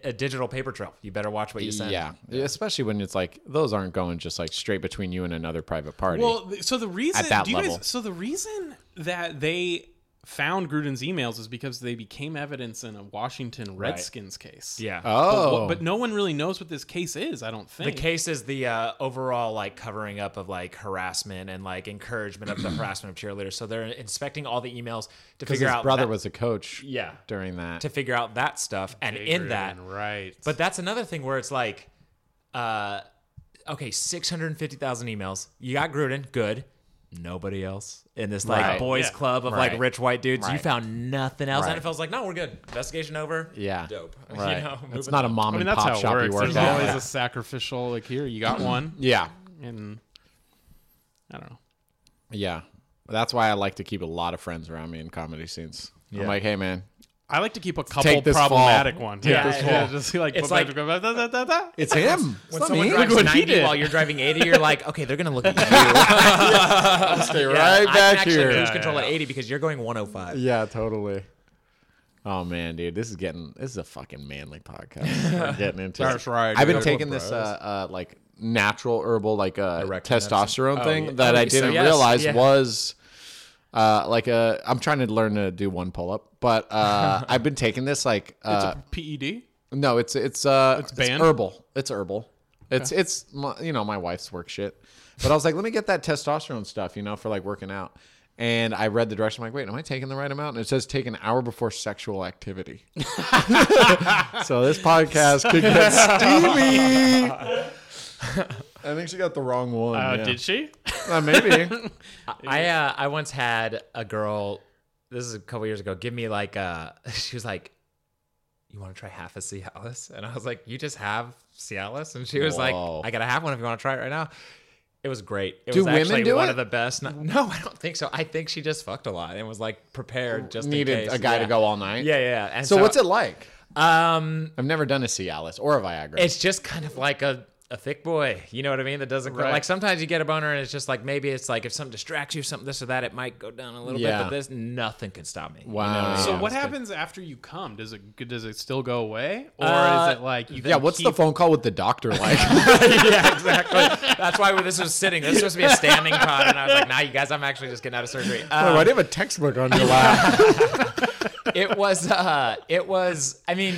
S3: a digital paper trail. You better watch what you send.
S2: Yeah, especially when it's like those aren't going just like straight between you and another private party.
S1: Well, th- so the reason
S2: that
S1: do you
S2: level.
S1: guys so the reason that they found Gruden's emails is because they became evidence in a Washington Redskins case.
S3: Yeah.
S1: But,
S2: oh,
S1: what- but no one really knows what this case is, I don't
S3: the
S1: think.
S3: case is the uh, overall like covering up of like harassment and like
S2: [clears throat]
S3: encouragement of the harassment of cheerleaders. So they're inspecting all the emails to
S2: because
S3: figure
S2: his
S3: out
S2: brother
S3: that-
S2: was a coach.
S3: yeah
S2: during that.
S3: to figure out that stuff and in that
S1: right.
S3: But that's another thing where it's like, uh, okay, six hundred fifty thousand emails. You got Gruden, good. Nobody else in this like
S2: Right.
S3: boys
S1: Yeah.
S3: club of
S2: Right.
S3: like rich white dudes. You
S2: Right.
S3: found nothing else.
S2: Right.
S3: NFL's like, no, we're good. Investigation over.
S2: yeah,
S3: dope.
S1: [laughs]
S3: [laughs] You
S2: Right.
S3: know,
S2: it's [laughs]
S3: moving
S2: not a
S3: on.
S2: mom
S1: I mean
S2: and
S1: that's
S2: pop
S1: how it
S2: shop you
S1: works.
S2: work
S1: There's
S2: at.
S1: always a sacrificial like here, you got one
S2: Yeah,
S1: and I don't know.
S2: yeah. That's why I like to keep a lot of friends around me in comedy scenes. I'm like, hey man,
S1: I like to keep a couple
S2: Take this
S1: problematic
S2: fall.
S1: ones.
S2: Take
S1: Yeah,
S2: this
S1: yeah,
S2: fall.
S1: yeah, [laughs] just like
S3: It's
S1: da-
S3: like-
S1: da- da- da- da- da.
S2: It's him.
S3: When
S2: It's not
S3: someone
S2: me.
S3: drives
S1: what he
S3: 90
S1: did.
S3: while you're driving 80, you're like, okay, they're gonna
S2: [laughs]
S3: look at you.
S2: I'll stay
S3: Yeah,
S2: right
S3: I can
S2: back
S3: actually
S2: here.
S3: Cruise
S1: yeah,
S3: control
S1: yeah.
S3: at 80 because you're going 105.
S2: Yeah, totally. Oh man, dude, this is getting this is a fucking manly podcast. We're getting into
S1: That's
S2: it.
S1: right,
S2: I've been
S1: dude.
S2: taking
S1: We're
S2: this uh, uh like natural herbal like uh
S3: Erectile
S2: testosterone thing
S1: yeah.
S2: that
S3: Oh,
S2: I
S3: so
S2: didn't
S3: yes,
S2: realize
S3: yeah.
S2: was uh like a I'm trying to learn to do one pull up, but uh I've been taking this like
S1: It's
S2: uh
S1: a E PED.
S2: no, it's it's uh it's,
S1: banned?
S2: herbal. It's herbal. It's it's my, you know my wife's work shit. But I was like, let me get that testosterone stuff, you know, for like working out. And I read the direction. I'm like, wait, am I taking the right amount? And it says take an hour before sexual activity. [laughs] so this podcast could get steamy. I think she got the wrong one.
S1: Uh,
S2: yeah.
S1: Did she?
S2: Uh, maybe.
S3: I uh, I once had a girl. This is a couple years ago. Give me like uh [laughs] she was like, "You want to try half a Cialis?" And I was like, "You just have Cialis?" And she was
S2: Whoa.
S3: like, "I gotta have one if you want to try it right now." It was great. It
S2: Do
S3: was
S2: women
S3: actually
S2: do
S3: one
S2: it?
S3: of the best. No, no, I don't think so. I think she just fucked a lot and was like prepared just in
S2: Needed
S3: case.
S2: a guy
S3: Yeah.
S2: to go all night.
S3: Yeah, yeah. And
S2: So,
S3: so
S2: what's it like?
S3: Um,
S2: I've never done a Cialis or a Viagra.
S3: it's just kind of like a, a thick boy. You know what I mean? That doesn't
S1: Right.
S3: like sometimes you get a boner and it's just like maybe it's like if something distracts you, something this or that, it might go down a little
S2: Yeah.
S3: bit. But this nothing can stop me. You know
S2: Wow.
S3: I mean?
S1: So
S2: Yeah,
S1: what
S3: It's Oh, good.
S1: happens after you come? Does it does it still go away, or
S3: Uh,
S1: is it like you?
S2: yeah. What's the phone call with the doctor like?
S3: yeah, exactly. That's why this was sitting. This was supposed to be a standing pod, and I was like, "Nah, you guys, I'm actually just getting out
S2: [laughs]
S3: of surgery." Uh,
S2: Oh, why do you have a textbook on your
S3: [laughs]
S2: lap?
S3: it was. Uh, it was. I mean.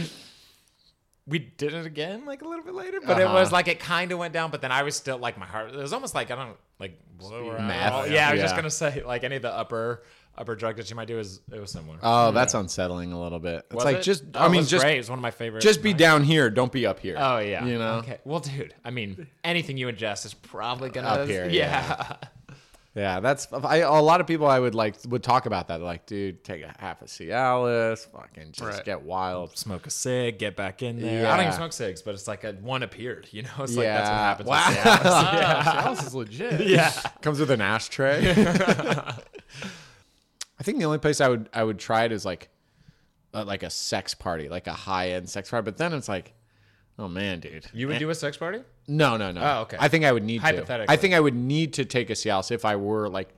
S3: We did it again, like a little bit later, but it
S2: Uh-huh.
S3: was like it kind of went down. But then I was still like my heart. It was almost like I don't like blow or
S2: Meth.
S3: alcohol. Yeah, I was just
S2: Yeah.
S3: gonna say like any of the upper upper drug that you might do is it was similar.
S2: oh, that's unsettling a little bit. It's
S3: Was
S2: like
S3: it?
S2: just
S3: Oh,
S2: I
S3: it
S2: mean
S3: was
S2: just
S3: great. It was one of my favorite.
S2: just be down here, don't be up here.
S3: Oh yeah.
S2: You know?
S3: Okay. Well, dude, I mean, anything you ingest is probably gonna
S2: Up here,
S3: Yeah.
S2: Yeah, that's I, a lot of people I would like would talk about that like, dude, take a half a Cialis, fucking just
S1: Right.
S2: get wild.
S3: [laughs] Smoke a cig, get back in there.
S2: Yeah.
S3: I don't even smoke cigs, but it's like a one appeared. You know, [laughs] it's like that's
S2: Yeah.
S3: what happens.
S2: Wow. [laughs]
S3: with Cialis.
S1: House is legit.
S3: yeah.
S2: Comes with an
S3: [laughs]
S2: ashtray. I think the only place I would I would try it is like uh, like a sex party, like a high end sex party. But then it's like, oh man, dude,
S3: You would do a sex party?
S2: No, no, no.
S3: Oh, okay.
S2: I think I would need To.
S3: Hypothetically.
S2: I think I would need to take a Cialis if I were like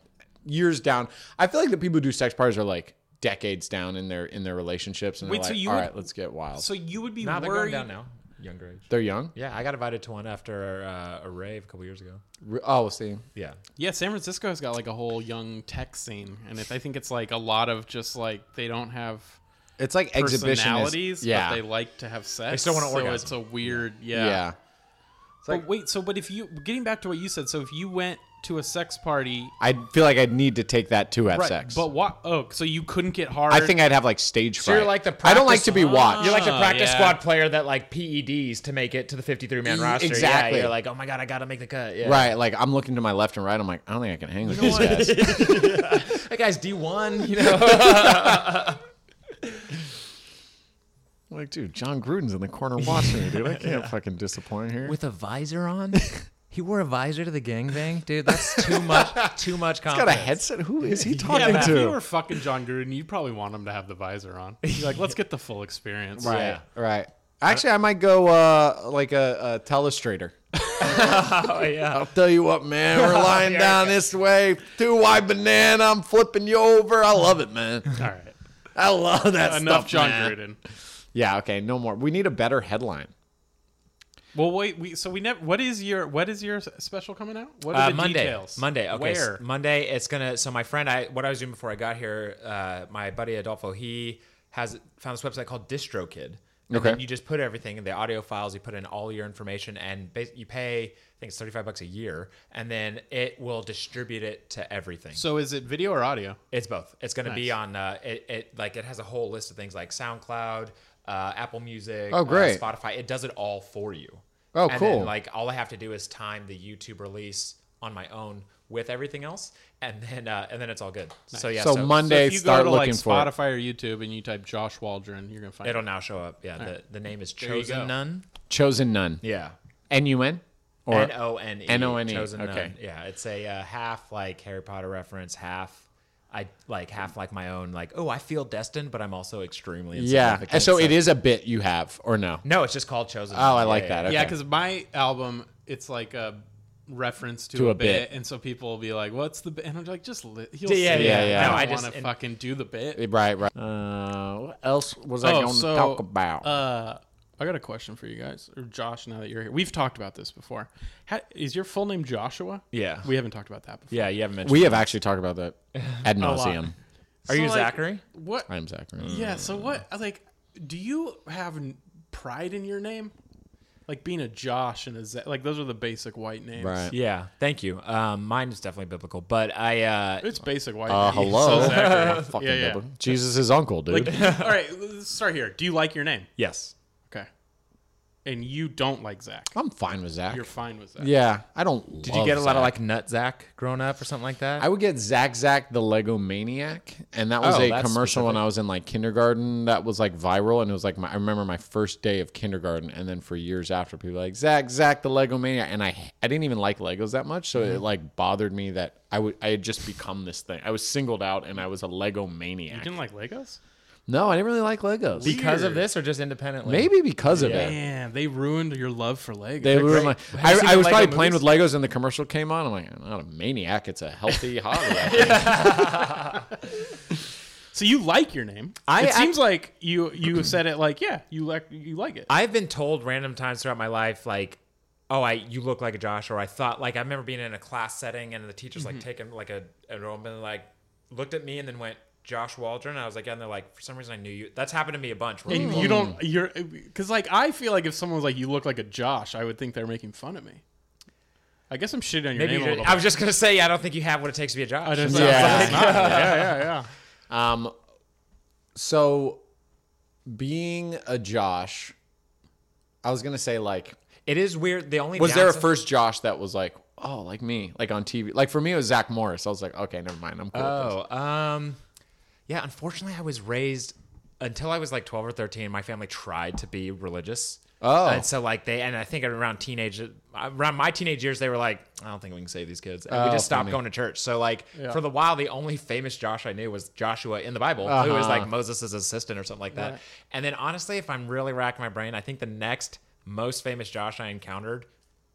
S2: years down. I feel like the people who do sex parties are like decades down in their in their relationships, and
S1: Wait,
S2: they're
S1: so
S2: like,
S1: you
S2: all
S1: would-
S2: right, let's get wild.
S1: So you would be
S3: Nah, they're going
S1: worried.
S3: down now. Younger age.
S2: they're young.
S3: Yeah, I got invited to one after uh, a rave a couple years ago.
S2: Re- Oh, see,
S3: Yeah.
S1: Yeah, San Francisco's got like a whole young tech scene, and it, I think it's like a lot of just like they don't have
S2: it's like
S1: personalities,
S2: exhibitionist. Yeah,
S1: but they like to have sex. They
S3: still want to
S1: so
S3: orgasm.
S1: It's a weird, yeah.
S2: yeah.
S1: But wait, so but if you getting back to what you said, so if you went to a sex party,
S2: I feel like I'd need to take that to have sex.
S1: but what? Oh, so you couldn't get hard.
S2: I think I'd have like stage fright.
S3: So you're like the
S2: I don't like
S3: practice-
S2: to be watched.
S3: You're like the
S1: Oh,
S3: practice
S1: yeah.
S3: squad player that like PEDs to make it to the 53 man
S2: E-
S3: roster. Yeah,
S2: exactly.
S3: you're like, oh my god, I gotta make the cut. Yeah.
S2: Right, like I'm looking to my left and right. I'm like, I don't think I can hang with these guys. [laughs]
S3: That guy's D1. You know.
S2: I'm like, dude, John Gruden's in the corner watching me, dude. I
S3: [laughs]
S2: can't fucking disappoint here.
S3: with a
S2: [laughs]
S3: visor on. he wore a visor to the gangbang, dude. That's too much. Too much
S2: got a
S3: confidence.
S2: headset. Who is he
S1: Yeah,
S2: talking
S1: but if
S2: to?
S1: you were fucking John Gruden, you'd probably want him to have the visor on. You're like,
S3: [laughs]
S1: let's get the full experience.
S2: Right. Right. Actually, I might go uh, like a, a telestrator.
S3: Oh yeah.
S2: I'll tell you what,
S1: [laughs]
S2: man. We're lying down this way. Two wide banana. I'm flipping you over. I love it, man.
S1: All right.
S2: I love that
S1: Enough
S2: stuff,
S1: John
S2: man.
S1: Gruden.
S2: Yeah. Okay. No more. We need a better headline.
S1: Well, wait. We so we never. What is your what is your s- special coming out? What are
S3: Uh,
S1: the
S3: Monday,
S1: details?
S3: Monday. Okay,
S1: Where?
S3: s- Monday. It's gonna. So my friend, I what I was doing before I got here, uh, my buddy Adolfo, he has found this website called DistroKid. And
S2: Okay.
S3: then You just put everything in the audio files. You put in all your information, and bas- you pay. I think it's thirty-five bucks a year, and then it will distribute it to everything.
S1: So is it video or audio?
S3: It's both. It's going to be
S1: Nice.
S3: on uh, it, it. Like it has a whole list of things like SoundCloud, uh, Apple Music,
S2: Oh,
S3: uh,
S2: great.
S3: Spotify. It does it all for you.
S2: Oh,
S3: and
S2: cool.
S3: Then, like all I have to do is time the YouTube release on my own with everything else, and then uh, and then it's all good. So yeah.
S2: So
S3: So,
S2: Monday- They
S1: so if you
S2: start
S1: go to like
S2: looking for it.
S1: Spotify or YouTube and you type Josh Waldron, you're gonna find.
S3: It'll now show up. Yeah. The, the name is
S1: you
S3: Chosen
S1: go.
S3: None.
S2: Chosen none.
S3: Yeah.
S2: N U N. Or
S3: N O N E.
S2: N O N E,
S3: Chosen
S2: okay.
S3: None. Yeah. It's a uh, half like Harry Potter reference, half
S4: I like half like my own like oh I feel destined, but I'm also extremely
S2: Yeah.
S4: insignificant.
S2: So it is a bit you have or no?
S4: No, it's just called chosen.
S2: Oh, I like that. Okay.
S1: Yeah, because my album, it's like a reference to,
S2: To
S1: a,
S2: a
S1: bit,
S2: bit.
S1: and so people will be like, "What's the?" bit? And I'm like, "Just li- he'll
S4: Yeah,
S1: say
S2: yeah,
S1: it.
S2: yeah.
S1: I
S2: No,
S1: don't
S4: I just-
S1: want to
S4: and-
S1: fucking do the bit.
S2: Right, right. Uh, what else was I
S1: Oh,
S2: going
S1: so,
S2: to talk about?
S1: Uh, I got a question for you guys, or Josh. Now that you're here, we've talked about this before. How, is your full name Joshua?
S4: Yeah.
S1: we haven't talked about that before.
S4: yeah, you haven't mentioned.
S2: we have actually talked
S1: [laughs]
S2: about that ad
S1: lot.
S2: nauseum.
S4: Are you
S1: So, like,
S4: Zachary?
S1: What?
S2: I'm Zachary.
S1: Yeah. So what? Like, do you have n- pride in your name? Like being a Josh and a Zach, like those are the basic white names.
S2: Right.
S4: Yeah, thank you. Um, mine is definitely biblical, but I uh,
S1: It's basic white.
S2: Uh,
S1: names.
S2: hello. [laughs]
S1: So Zachary.
S2: Fucking
S1: yeah, yeah.
S2: double. Jesus' is uncle, dude.
S1: Like, all right, let's start here. Do you like your name?
S4: yes,
S1: Okay. And you don't like Zach.
S2: I'm fine with Zach.
S1: You're fine with Zach.
S2: Yeah, I don't.
S4: Did you get a lot of like nut Zach growing up or something like that?
S2: I would get Zach Zach the Lego Maniac, and that was
S4: Oh,
S2: a
S4: that's
S2: commercial when I was in like kindergarten. That was like viral, and it was like my, I remember my first day of kindergarten, and then for years after, people were like Zach Zach the Lego Maniac, and I I didn't even like Legos that much, so it like bothered me that I would I had just become this thing. I was singled out, and I was a Lego
S1: You
S2: Maniac.
S1: didn't like Legos?
S2: No, I didn't really like Legos.
S4: because of
S1: Weird.
S4: this or just independently?
S2: Maybe because of it.
S1: Man, they ruined your love for Legos.
S2: They were my,
S4: you seen
S2: I, I
S4: the
S2: was
S4: Lego
S2: probably playing with Legos and the commercial came on. I'm like, I'm not a maniac. It's a healthy [laughs] hobby. I think.
S1: so you like your name?
S4: I-
S1: it
S4: I-
S1: seems like you you said it like yeah you like you like it.
S4: I've been told random times throughout my life, like, oh, I you look like a Josh, or I thought like I remember being in a class setting and the teacher's
S2: Mm-hmm.
S4: like taking like a enrollment, like looked at me and then went Josh Waldron. I was like, yeah, and they're like, for some reason I knew you. That's happened to me a bunch. where
S1: and
S4: people-
S1: you don't you're because like I feel like if someone was like you look like a Josh, I would think they're making fun of me. I guess I'm shitting on your
S4: maybe
S1: name a
S4: you
S1: little.
S4: did- I was just gonna say, I don't think you have what it takes to be a Josh.
S1: bit.
S2: Yeah.
S1: yeah, yeah, yeah, yeah.
S2: Um, so being a Josh, I was gonna say like,
S4: it is weird. The only
S2: was there a
S4: downside-
S2: first Josh that was like, oh, like me, like on TV? Like for me, it was Zach Morris. I was like, okay, never mind, I'm cool. with
S4: Oh, um, yeah. Unfortunately, I was raised until I was like twelve or thirteen. My family tried to be religious.
S2: Oh.
S4: and so like they and I think around teenage uh, around my teenage years, they were like, I don't think we can save these kids, and we
S2: Oh,
S4: just stopped
S2: funny.
S4: going to church. So like for the while, the only famous Josh I knew was Joshua in the Bible, who
S2: Uh-huh.
S4: was like Moses' assistant or something like that. And then honestly, if I'm really racking my brain, I think the next most famous Josh I encountered.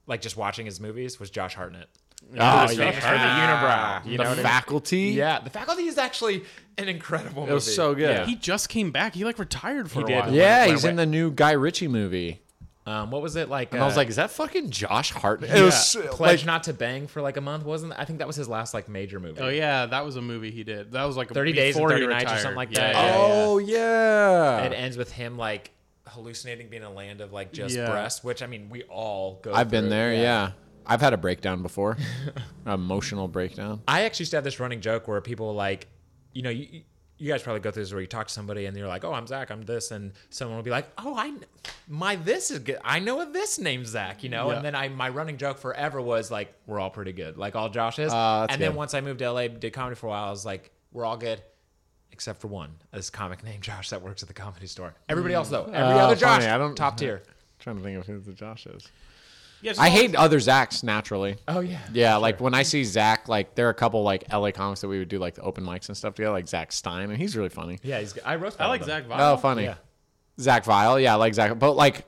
S4: Like just watching his movies was Josh Hartnett.
S2: this. Oh,
S4: Josh
S2: yeah.
S4: Hartnett, Unibrow. Ah, You know what I
S2: the
S4: mean?
S2: faculty.
S4: Yeah, The Faculty is actually an incredible movie.
S2: it was so good.
S1: He just came back. He like retired for
S4: He
S1: a
S4: did.
S1: while.
S2: Yeah,
S4: When-
S2: he's
S4: when-
S2: in the new Guy Ritchie movie.
S4: Um, what was it like?
S2: And I was
S4: uh,
S2: like, is that fucking Josh Hartnett?
S1: Yeah.
S2: It was so-
S4: Pledge
S2: like,
S4: Not to Bang for like a month, wasn't it? I think that was his last like major movie.
S1: Oh yeah, that was a movie he did. That was like
S4: 30 Days and
S1: before he
S4: 30 Nights or
S1: retired.
S4: something like
S1: Yeah,
S4: that.
S1: yeah, yeah.
S2: oh yeah.
S4: It ends with him like hallucinating being in a land of like just
S1: Yeah.
S4: breasts, which I mean we all go.
S2: I've been
S4: through,
S2: there. Yeah. I've had a breakdown before, [laughs] emotional breakdown.
S4: I actually used to have this running joke where people like, you know, you, you guys probably go through this where you talk to somebody and you're like, oh, I'm Zach, I'm this, and someone will be like, oh, I, kn- my this is good, I know a this name's Zach, you know,
S1: Yeah.
S4: and then I my running joke forever was like, we're all pretty good, like all Josh is,
S2: Ah,
S4: and
S2: that's
S4: then
S2: good.
S4: once I moved to LA, did comedy for a while, I was like, we're all good. Except for one, this comic named Josh that works at the comedy store. Everybody else though, every
S2: Oh,
S4: other Josh,
S2: funny, I don't-
S4: top tier.
S2: trying to think of who the Josh is.
S1: Yeah, just
S2: I
S1: all-
S2: hate other Zachs naturally.
S4: Oh yeah,
S2: Yeah, like when I see Zach, like there are a couple like LA comics that we would do like the open mics and stuff together, like Zach Stein, and he's really funny.
S4: yeah. He's, I roast.
S1: I like
S4: Zach.
S1: Zach. Vile.
S2: Oh, funny.
S4: Yeah.
S2: Zach Vile, yeah, I like Zach, but like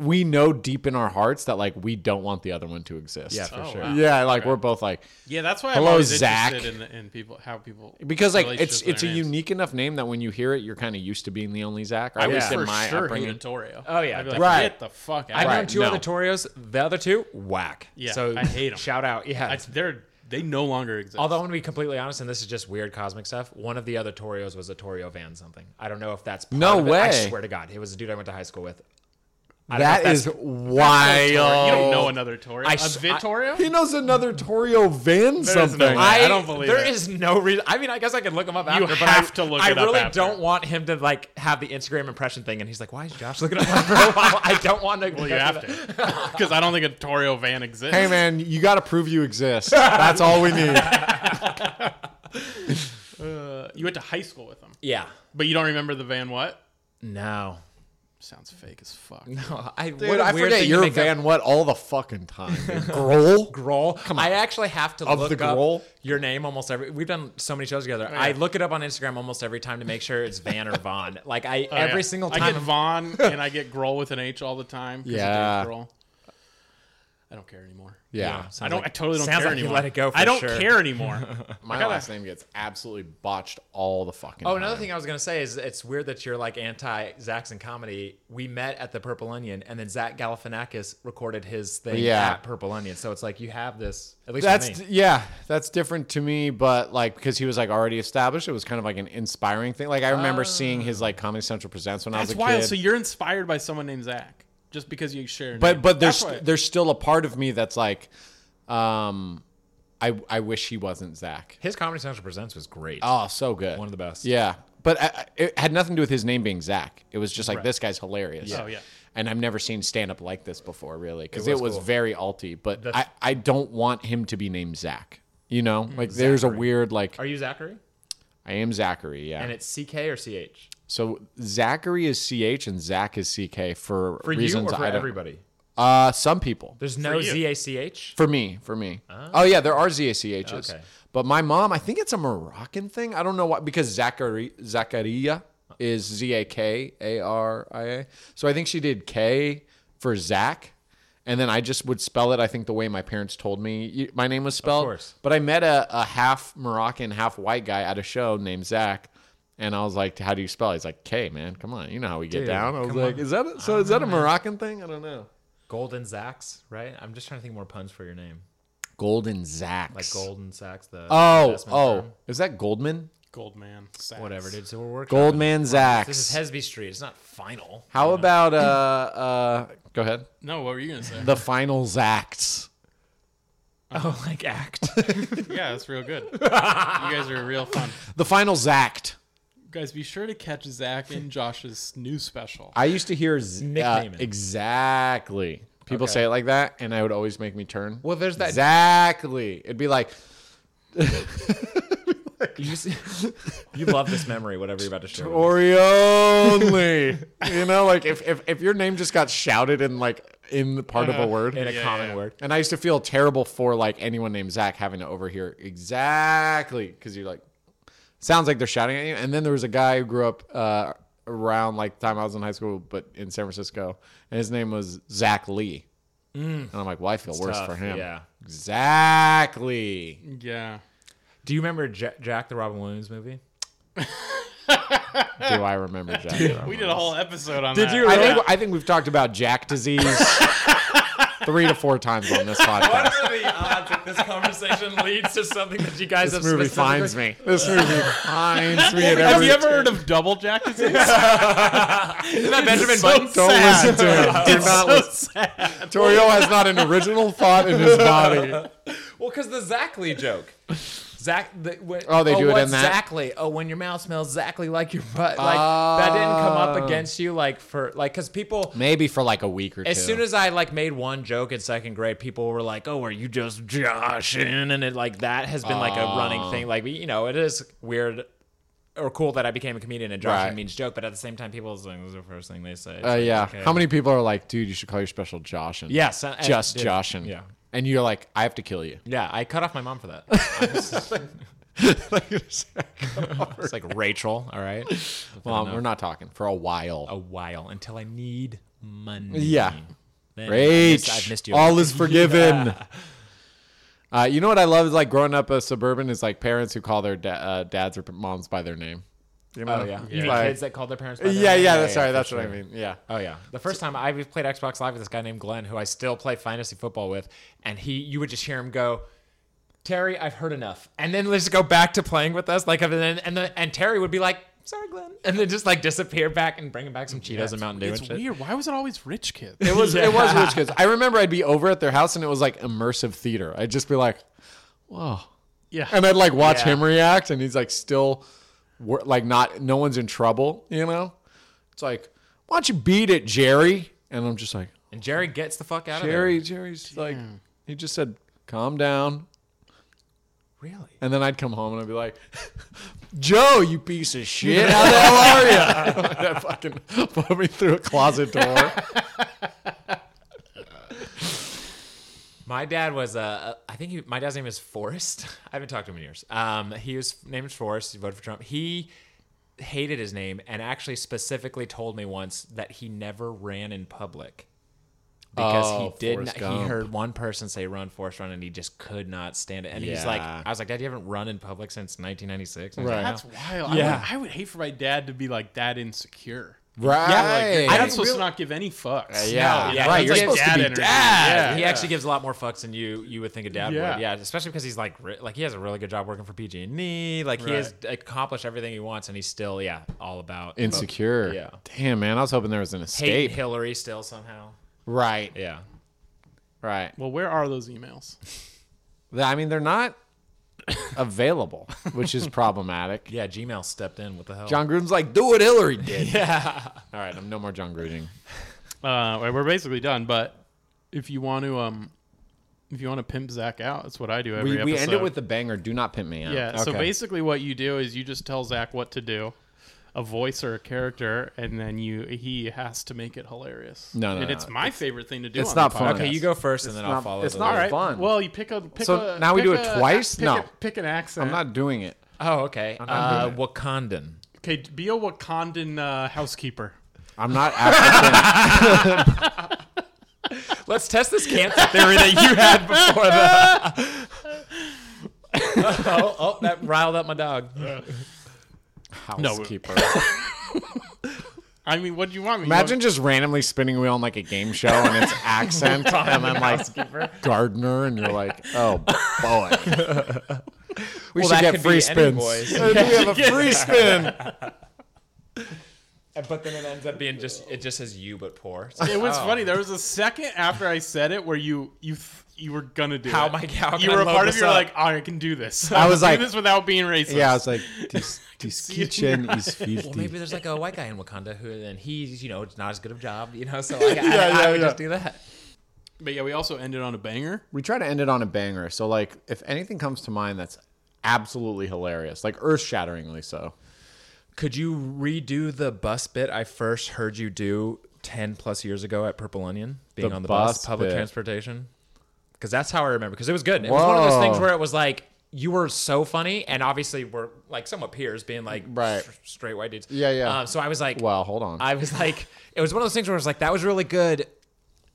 S2: we know deep in our hearts that like we don't want the other one to exist.
S4: Yeah, for
S1: Oh,
S4: sure.
S1: wow.
S2: Yeah, like we're both like
S1: Yeah, that's why
S2: Hello,
S1: I'm always
S2: Zach.
S1: interested in, the, in people how people
S2: because like
S1: relationships
S2: it's
S1: with
S2: it's a
S1: their names.
S2: unique enough name that when you hear it, you're kind of used to being the only Zach. Or
S1: I
S2: at
S1: would
S2: least
S1: for
S2: in my
S1: sure hate a
S2: upbringing.
S1: Torio.
S4: Oh, yeah,
S1: I'd be like,
S2: right.
S1: get the fuck out.
S4: I've
S1: of
S4: known
S1: here.
S2: Right,
S4: two
S2: no.
S4: other Torios. The other two, whack.
S1: Yeah,
S4: so
S1: I hate 'em.
S4: Shout out, yeah.
S1: I, they're they no longer exist.
S4: Although I'm gonna be completely honest, and this is just weird cosmic stuff. One of the other Torios was a Torio Van something. I don't know if that's part
S2: No
S4: of it. I
S2: way.
S4: swear to God, it was a dude I went to high school with. I don't know
S2: That
S4: if [laughs] that's-
S2: is wild.
S1: you don't know another Torio.
S4: I
S1: A
S4: s-
S1: Vittorio?
S2: He knows another Torio Van something.
S1: no way.
S2: I-
S1: I don't believe
S4: There
S1: it.
S4: is no reason. I mean, I guess I could look him up after, but
S1: have
S4: I,
S1: to look
S4: I
S1: it up
S4: really
S1: after.
S4: don't want him to like have the Instagram impression thing. And he's like, "Why is Josh looking up my profile?" I don't want to. [laughs]
S1: well, you have to [laughs] because I don't think a Torio van exists.
S2: hey man, you got to prove you [laughs] exist. That's all we need.
S1: Uh, you went to high school with them,
S4: Yeah.
S1: but you don't remember the van. What?
S4: No.
S1: Sounds fake as
S4: [laughs]
S1: fuck.
S4: No, I,
S2: Dude,
S4: what a
S2: I
S4: weird
S2: forget
S4: thing to
S2: you're
S4: make up.
S2: Van What all the fucking time. dude. Grohl?
S4: Grohl. I actually have to
S2: Of
S4: look
S2: the
S4: up
S2: Grohl?
S4: your name almost every. We've done so many shows together. I look it up on Instagram almost every time to make sure it's Van or Von. Like I
S1: [laughs] Oh,
S4: every
S1: yeah.
S4: single
S1: I
S4: time.
S1: get Vaughn
S4: [laughs]
S1: and I get Grohl with an H all the time. 'cause of
S2: Yeah.
S1: Dave Grohl. I don't care anymore.
S2: Yeah.
S4: sounds
S1: I don't. I
S4: like-
S1: totally don't
S4: sounds
S1: care
S4: like you
S1: anymore.
S4: let it go for
S1: I don't
S4: sure.
S1: care
S4: [laughs]
S1: anymore.
S2: My
S1: gotta-
S2: last name gets absolutely botched all the fucking
S4: Oh,
S2: time.
S4: another thing I was gonna say is it's weird that you're like anti Zach's in comedy. We met at the Purple Onion, and then Zach Galifianakis recorded his thing
S2: Yeah.
S4: at Purple Onion. So it's like you have this. At least
S2: That's
S4: with me.
S2: yeah, that's different to me, but like because he was like already established, it was kind of like an inspiring thing. Like I remember seeing his like Comedy Central presents when I was
S1: That's
S2: a
S1: wild.
S2: kid.
S1: So you're inspired by someone named Zach just because you share. a name.
S2: but but
S1: That's
S2: there's
S1: why-
S2: there's still a part of me that's like, um, I I wish he wasn't Zach.
S4: his Comedy Central Presents was great.
S2: Oh, so good.
S4: One of the best.
S2: Yeah, but I, I- it had nothing to do with his name being Zach. It was just like this guy's hilarious.
S1: Yeah. Oh, yeah.
S2: And I've never seen stand up like this before, really, because
S4: It
S2: it
S4: was
S2: was,
S4: cool.
S2: very alty. But I,
S4: That's-
S2: I don't want him to be named Zach. You know, like there's a weird like
S4: Mm-hmm. Are you Zachary?
S2: I am Zachary. Yeah.
S4: And it's CK or CH
S2: so Zachary is ch and Zach is ck for,
S4: for you
S2: reasons
S4: or for
S2: I don't.
S4: everybody?
S2: Uh, some people.
S4: There's no
S1: you.
S4: ZACH.
S2: For me, for me. oh yeah, there are ZACHs.
S4: Okay.
S2: But my mom, I think it's a Moroccan thing. I don't know why because Zachary Zachariah is Z A K A R I A. So I think she did K for Zach. And then I just would spell it, I think, the way my parents told me you- my name was spelled.
S4: course.
S2: But I met a, a half Moroccan, half white guy at a show named Zach. And I was like, how do you spell? it?" He's like, K, man, come on. You know how we get
S4: Dude,
S2: down. I was
S4: come
S2: like,
S4: on.
S2: is that a, so? Is that a Moroccan thing? I don't know.
S4: Golden Zacks, right? I'm just trying to think more puns for your name.
S2: Golden Zach.
S4: Like Golden Sachs, the
S2: Oh,
S4: investment
S2: oh,
S4: firm.
S2: is that Goldman?
S1: Goldman. Sachs.
S4: whatever,
S2: [laughs]
S4: dude. So we're working. on
S2: Goldman
S4: it. This is
S2: Sachs.
S4: Hesby Street. It's not final.
S2: How about uh uh? Go ahead.
S1: No, what were you gonna
S4: [laughs]
S1: say?
S2: The final Zacks.
S4: Oh, like act.
S1: yeah, that's real good. You guys are real
S4: [laughs]
S1: fun.
S2: The final Zacked.
S1: Guys, be sure to catch Zach and Josh's new special.
S2: I used to hear z- uh, [laughs]
S4: Nickname it.
S2: exactly. People
S4: Okay.
S2: say it like that, and I would always make me turn.
S4: well, there's that.
S2: Exactly. It'd be like
S4: You, just, you love this memory, whatever you're about
S2: [laughs]
S4: to
S2: Oh,
S4: share. Or
S2: Tori
S4: [laughs]
S2: only. you know, like if, if if your name just got shouted in like in the part of a word.
S4: Uh-huh. in a
S1: Yeah,
S4: [laughs] common
S1: yeah.
S4: word.
S2: And I used to feel terrible for like anyone named Zach having to overhear exactly because you're like, sounds like they're shouting at you. And then there was a guy who grew up uh, around like the time I was in high school, but in San Francisco, and his name was Zach Lee. And I'm like, well, I feel worse
S4: tough,
S2: for him.
S4: yeah.
S1: [laughs]
S2: Exactly.
S1: yeah.
S4: Do you remember Ja Jack the Robin Williams movie?
S2: Do I remember Jack?
S1: We did a whole episode on
S4: Did
S1: that.
S4: you
S2: I
S4: really?
S2: think I think we've talked about Jack disease three to four times on this podcast.
S4: What are the odds that this conversation leads to something that you guys
S2: This
S4: have
S2: movie
S4: specifically-
S2: finds me. This movie finds me. At
S1: Have
S2: every
S1: you ever heard of double [laughs] jack disease?
S4: Isn't that Benjamin
S1: so
S4: Button?
S2: Don't
S1: Sad.
S2: listen to him. Do
S1: It's
S2: not
S1: so
S2: listen.
S1: sad.
S2: Torio has not an original thought in his body.
S4: Well, because the Zachly joke. Zach, the, when,
S2: Oh, they do it
S4: what's
S2: in that?
S4: Zachly. Oh, when your mouth smells Zachly like your butt. [laughs] Like that didn't come up
S2: Oh.
S4: against you, like for like because people.
S2: Maybe for like a week or two.
S4: As soon as I like made one joke in second grade, people were like, "Oh, are you just joshing?" And it like that has been like a running thing. Like you know, it is weird or cool that I became a comedian and joshing
S2: Right.
S4: means joke, but at the same time, people is like, "This is the first thing they say." It's
S2: uh,
S4: like,
S2: yeah.
S4: okay.
S2: How many people are like, dude, you should call your special Joshin?
S4: Yes, I- I
S2: just
S4: did.
S2: Joshin.
S4: Yeah.
S2: And you're like, I have to kill you.
S4: Yeah, I cut off my mom
S2: [laughs]
S4: for that. [laughs] it's like Rachel. All right, [laughs]
S2: Mom, we're not talking for a while.
S4: a while until I need money.
S2: Yeah.
S4: Then
S2: Rach,
S4: I missed, I've missed you.
S2: all [laughs] is forgiven. Uh, you know what I love is like growing up a suburban is like parents who call their da- uh, dads or moms by their name. You know?
S4: oh yeah. You mean
S2: Like-
S4: kids that call their parents? By
S2: yeah,
S4: their
S2: yeah,
S4: name?
S2: that's sorry,
S4: for
S2: that's
S4: sure.
S2: what I mean. Yeah.
S4: Oh yeah. The first time I played Xbox Live with this guy named Glenn, who I still play fantasy football with, and he, you would just hear him go. Terry, I've heard enough, and then just go back to playing with us. Like, and then and, then, and Terry would be like, "Sorry, Glenn," and then just like disappear back and bring him back some Cheetos and Mountain Dew. and
S1: It's
S4: shit.
S1: weird. Why was it always rich kids?
S2: It was it was rich kids. I remember I'd be over at their house and it was like immersive theater. I'd just be like, "Whoa!"
S1: Yeah.
S2: And I'd like watch
S4: Yeah.
S2: him react, and he's like still, wor- like not no one's in trouble. You know, it's like, "Why don't you beat it, Jerry?" And I'm just like,
S4: And Jerry gets the fuck out
S2: "Jerry, Jerry's like," he just said, "Calm down."
S4: of there. Really?
S2: And then I'd [laughs] come home and I'd be [laughs] like, "Joe, you piece of shit, how the hell are you?" Zach and put me through a closet door.
S4: My dad was, uh, I think he, my dad's name is Forrest. [laughs] I haven't talked to him in years. Um, he was named Forrest. He voted for Trump. He hated his name and actually specifically told me once that he never ran in public because
S2: Oh,
S4: he did.
S2: Forrest
S4: Not, he
S2: Gump.
S4: heard one person say "Run, Forrest, run," and he just could not stand it. And he's like,
S2: Yeah.
S4: "I was like, Dad, you haven't run in public since 1996." And he's
S2: Right.
S4: like,
S1: That's
S4: "No."
S1: wild.
S4: Yeah.
S1: I, would, I would hate for my dad to be like that insecure.
S2: [laughs] Right.
S1: Yeah, like,
S2: I
S1: I'm
S2: don't
S1: supposed
S2: really-
S1: to not give any fucks.
S2: yeah.
S4: No, yeah,
S2: Right.
S4: he's
S2: You're
S4: like
S2: supposed
S1: dad
S2: to be
S1: energy.
S2: dad.
S1: Yeah.
S4: He actually gives a lot more fucks than you you would think a dad
S1: Yeah.
S4: would. Yeah, especially because he's like re- like he has a really good job working for PG and E. Like he has accomplished everything he wants, and he's still yeah all about
S2: Insecure.
S4: Yeah.
S2: Damn, man. I was hoping there was an
S4: hate
S2: escape.
S4: Hillary still somehow.
S2: Right.
S4: Yeah,
S2: Right.
S1: Well, where are those emails?
S2: Th- I mean, they're not available, which is [laughs] problematic.
S4: yeah. Gmail stepped in. What the hell?
S2: John Gruden's like, do what Hillary did. Yeah. All right. I'm no more John Gruden.
S1: Uh, well, we're basically done. But if you want to, um, if you want to pimp Zach out, that's what I do every
S2: We,
S1: episode.
S2: we end it with the banger. Do not pimp me out.
S1: yeah. So
S2: Okay.
S1: basically, what you do is you just tell Zach what to do, a voice or a character, and then you he has to make it hilarious.
S2: No, no,
S1: and
S2: no.
S1: it's my favorite thing to do.
S2: it's
S1: on
S2: not
S1: the
S2: fun.
S1: podcast.
S4: okay, you go first, and then I'll
S2: not-
S4: follow.
S2: it's
S4: the
S2: not
S1: All
S4: lead.
S1: right.
S2: fun.
S1: Well, you pick a pick
S2: So
S1: a-
S2: now we
S1: pick
S2: do it
S1: a-
S2: twice?
S1: Pick
S2: No.
S1: A, pick an accent.
S2: I'm not doing it.
S4: Oh, okay. Uh, Wakandan.
S1: Okay, be a Wakandan uh, housekeeper.
S2: I'm not African.
S4: Let's test this cancer theory [laughs] that you had before the. oh, oh, that riled up my dog.
S2: [laughs] housekeeper.
S1: I mean, what do you want me?
S2: Imagine
S1: you
S2: just randomly spinning wheel on like a game show and it's accent and then like gardener and you're like, oh boy. we
S4: Well,
S2: should
S4: that
S2: get
S4: could
S2: free
S4: be any
S2: spins.
S4: voice.
S2: Uh, We have a free spin.
S4: But then it ends up being just it just says you but poor.
S1: want- it was
S2: Oh.
S1: funny. There was a second after I said it where you you th- you were gonna do
S4: How
S1: it.
S4: am I- how can
S1: you
S4: I
S1: were a
S4: load
S1: part of
S4: this
S1: you're
S4: up?
S1: like "Oh, I can do this.
S2: I was
S1: can [laughs]
S2: like-
S1: do this without being racist.
S2: Yeah, I was like, this, this
S1: see it in
S2: kitchen
S1: your
S2: is filthy.
S4: Well, maybe there's like
S2: [laughs]
S4: a [laughs] white guy in Wakanda who, and he's you know not as good of a [laughs] job, you know. So like,
S2: Yeah,
S4: I, I
S2: yeah,
S4: would
S2: yeah.
S4: just do that.
S1: but yeah, we also ended on a banger.
S2: we try to end it on a banger. So like, if anything comes to mind, that's absolutely hilarious, like earth-shatteringly so.
S4: Could you redo the bus bit I first heard you do ten plus years ago at Purple Onion, being
S2: The
S4: on the bus,
S2: bus
S4: public
S2: bit.
S4: transportation? Because that's how I remember. Because it was good. It was one of those
S2: Whoa.
S4: things where it was like you were so funny, and obviously we're like somewhat peers, being like
S2: Right.
S4: s- straight white dudes.
S2: Yeah, yeah.
S4: Um, so I was like,
S2: Well, hold on.
S4: I was like, it was one of those things where I was like, that was really good.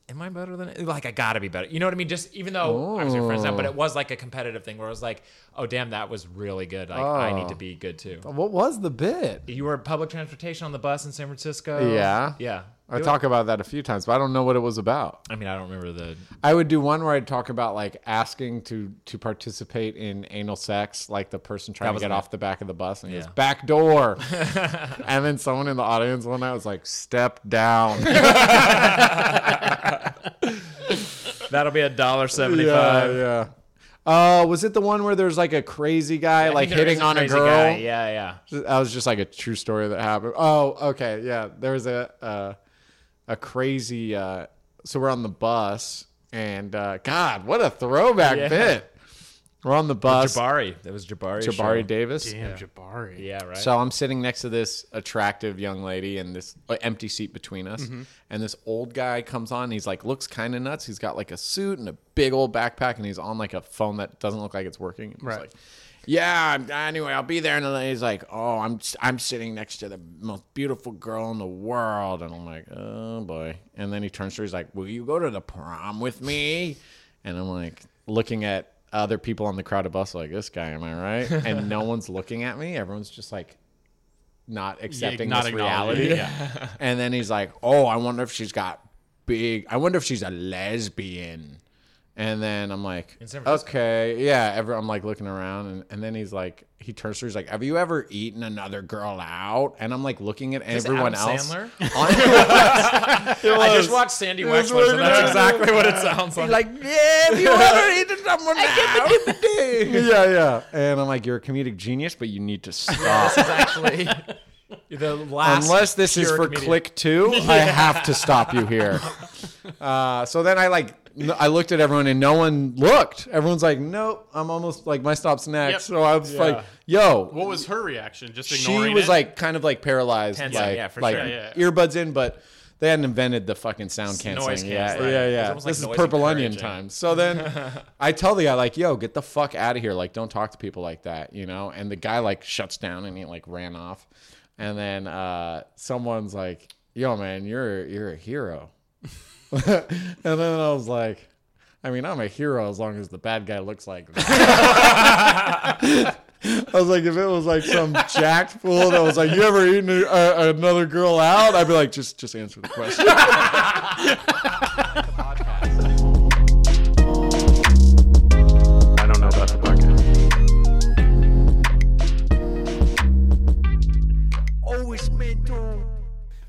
S4: Am I better than it? Like, I gotta be better. You know what I mean? Just even though obviously we're friends now, but it was like a competitive thing where I was like, oh, damn, that was really good. Like, I
S2: Oh.
S4: need to be good too.
S2: what was the bit?
S4: You were public transportation on the bus in San Francisco.
S2: Yeah.
S4: Yeah.
S2: I talk about that a few times, but I don't know what it was about.
S4: I mean, I don't remember the.
S2: I would do one where I'd talk about like asking to to participate in anal sex, like the person trying to get
S4: wasn't
S2: off the back of the bus and he goes
S4: Yeah.
S2: back
S4: [laughs]
S2: door, and then someone in the audience one night was like, "Step down."
S4: [laughs]
S2: yeah,
S4: That'll be a
S2: [laughs]
S4: dollar seventy-five.
S2: yeah. Uh, was it the one where there's like a crazy guy like hitting on a girl?
S4: Yeah, yeah.
S2: That was just like a true story that happened. Oh, okay, yeah. There was a uh, a crazy. Uh, so we're on the bus, and uh, God, what a throwback
S4: Yeah.
S2: bit. We're on the bus.
S4: Jabari. That was Jabari.
S2: Jabari Davis.
S1: Damn Jabari.
S4: Yeah, right.
S2: So I'm sitting next to this attractive young lady and this uh, empty seat between us.
S4: Mm-hmm.
S2: And this old guy comes on. He's like, looks kind of nuts. He's got like a suit and a big old backpack, and he's on like a phone that doesn't look like it's working. And he's
S1: Right.
S2: like, yeah. I'm- Anyway, I'll be there. And then he's like, oh, I'm I'm sitting next to the most beautiful girl in the world. And I'm like, oh boy. And then he turns to her. He's like, will you go to the prom with me? And I'm like, looking at other people on the crowded bus, like this guy, am I right? And
S1: [laughs]
S2: no one's looking at me. Everyone's just like not accepting
S1: not
S2: this
S1: acknowledging
S2: reality. and then he's like, "Oh, I wonder if she's got big. I wonder if she's a lesbian." And then I'm like,
S4: In San Francisco.
S2: "Okay, yeah." Every, I'm like looking around, and, and then he's like, he turns to her, he's like, "Have you ever eaten another girl out?" And I'm like looking at everyone
S4: Adam
S2: else. [laughs]
S4: Sandler? I
S2: I
S4: just watched Sandy
S2: was
S4: Wexler, so
S2: really
S4: that's
S2: good.
S4: exactly what it sounds like.
S2: like, yeah, have you ever [laughs] eaten someone out? [laughs] yeah, yeah. And I'm like, you're a comedic genius, but you need [laughs] to stop.
S4: this is actually
S2: [laughs]
S4: the last.
S2: unless this is
S4: pure
S2: for
S1: [laughs]
S4: comedian.
S2: click two, I have to stop you here. Uh, so then I like no- I looked at everyone and no one looked. Everyone's like, nope, I'm almost like my stop's next.
S1: Yep.
S2: So I was
S1: Yeah.
S2: like, yo,
S1: What was her reaction? Just ignoring
S2: she was
S1: it?
S2: like kind of like paralyzed,
S3: Tense up,
S2: like,
S3: yeah, for
S2: like
S3: sure.
S1: Yeah,
S2: earbuds in, but they hadn't invented the fucking sound canceling.
S3: noise
S2: yeah,
S3: canceling.
S2: yeah,
S3: It's
S2: yeah.
S3: almost like
S2: This
S3: noise
S2: is purple onion
S3: encouraging.
S2: time. So
S3: [laughs]
S2: then I tell the guy like, "Yo, get the fuck out of here! Like, don't talk to people like that," you know. And the guy like shuts down and he like ran off. And then uh, someone's like, "Yo, man, you're you're a hero." [laughs] and then I was like, I mean, I'm a hero as long as the bad guy looks like that. [laughs] I was like, if it was like some jacked fool that was like, you ever eaten a, a, another girl out? I'd be like, just just answer the question.
S5: I don't know about the podcast.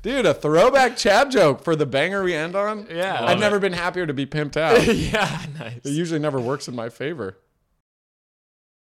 S2: Dude, a throwback chab joke for the banger we end on.
S1: Yeah.
S2: I've
S1: Love [laughs]
S2: never been happier to be pimped out. it
S3: yeah, nice.
S2: usually never works in my favor.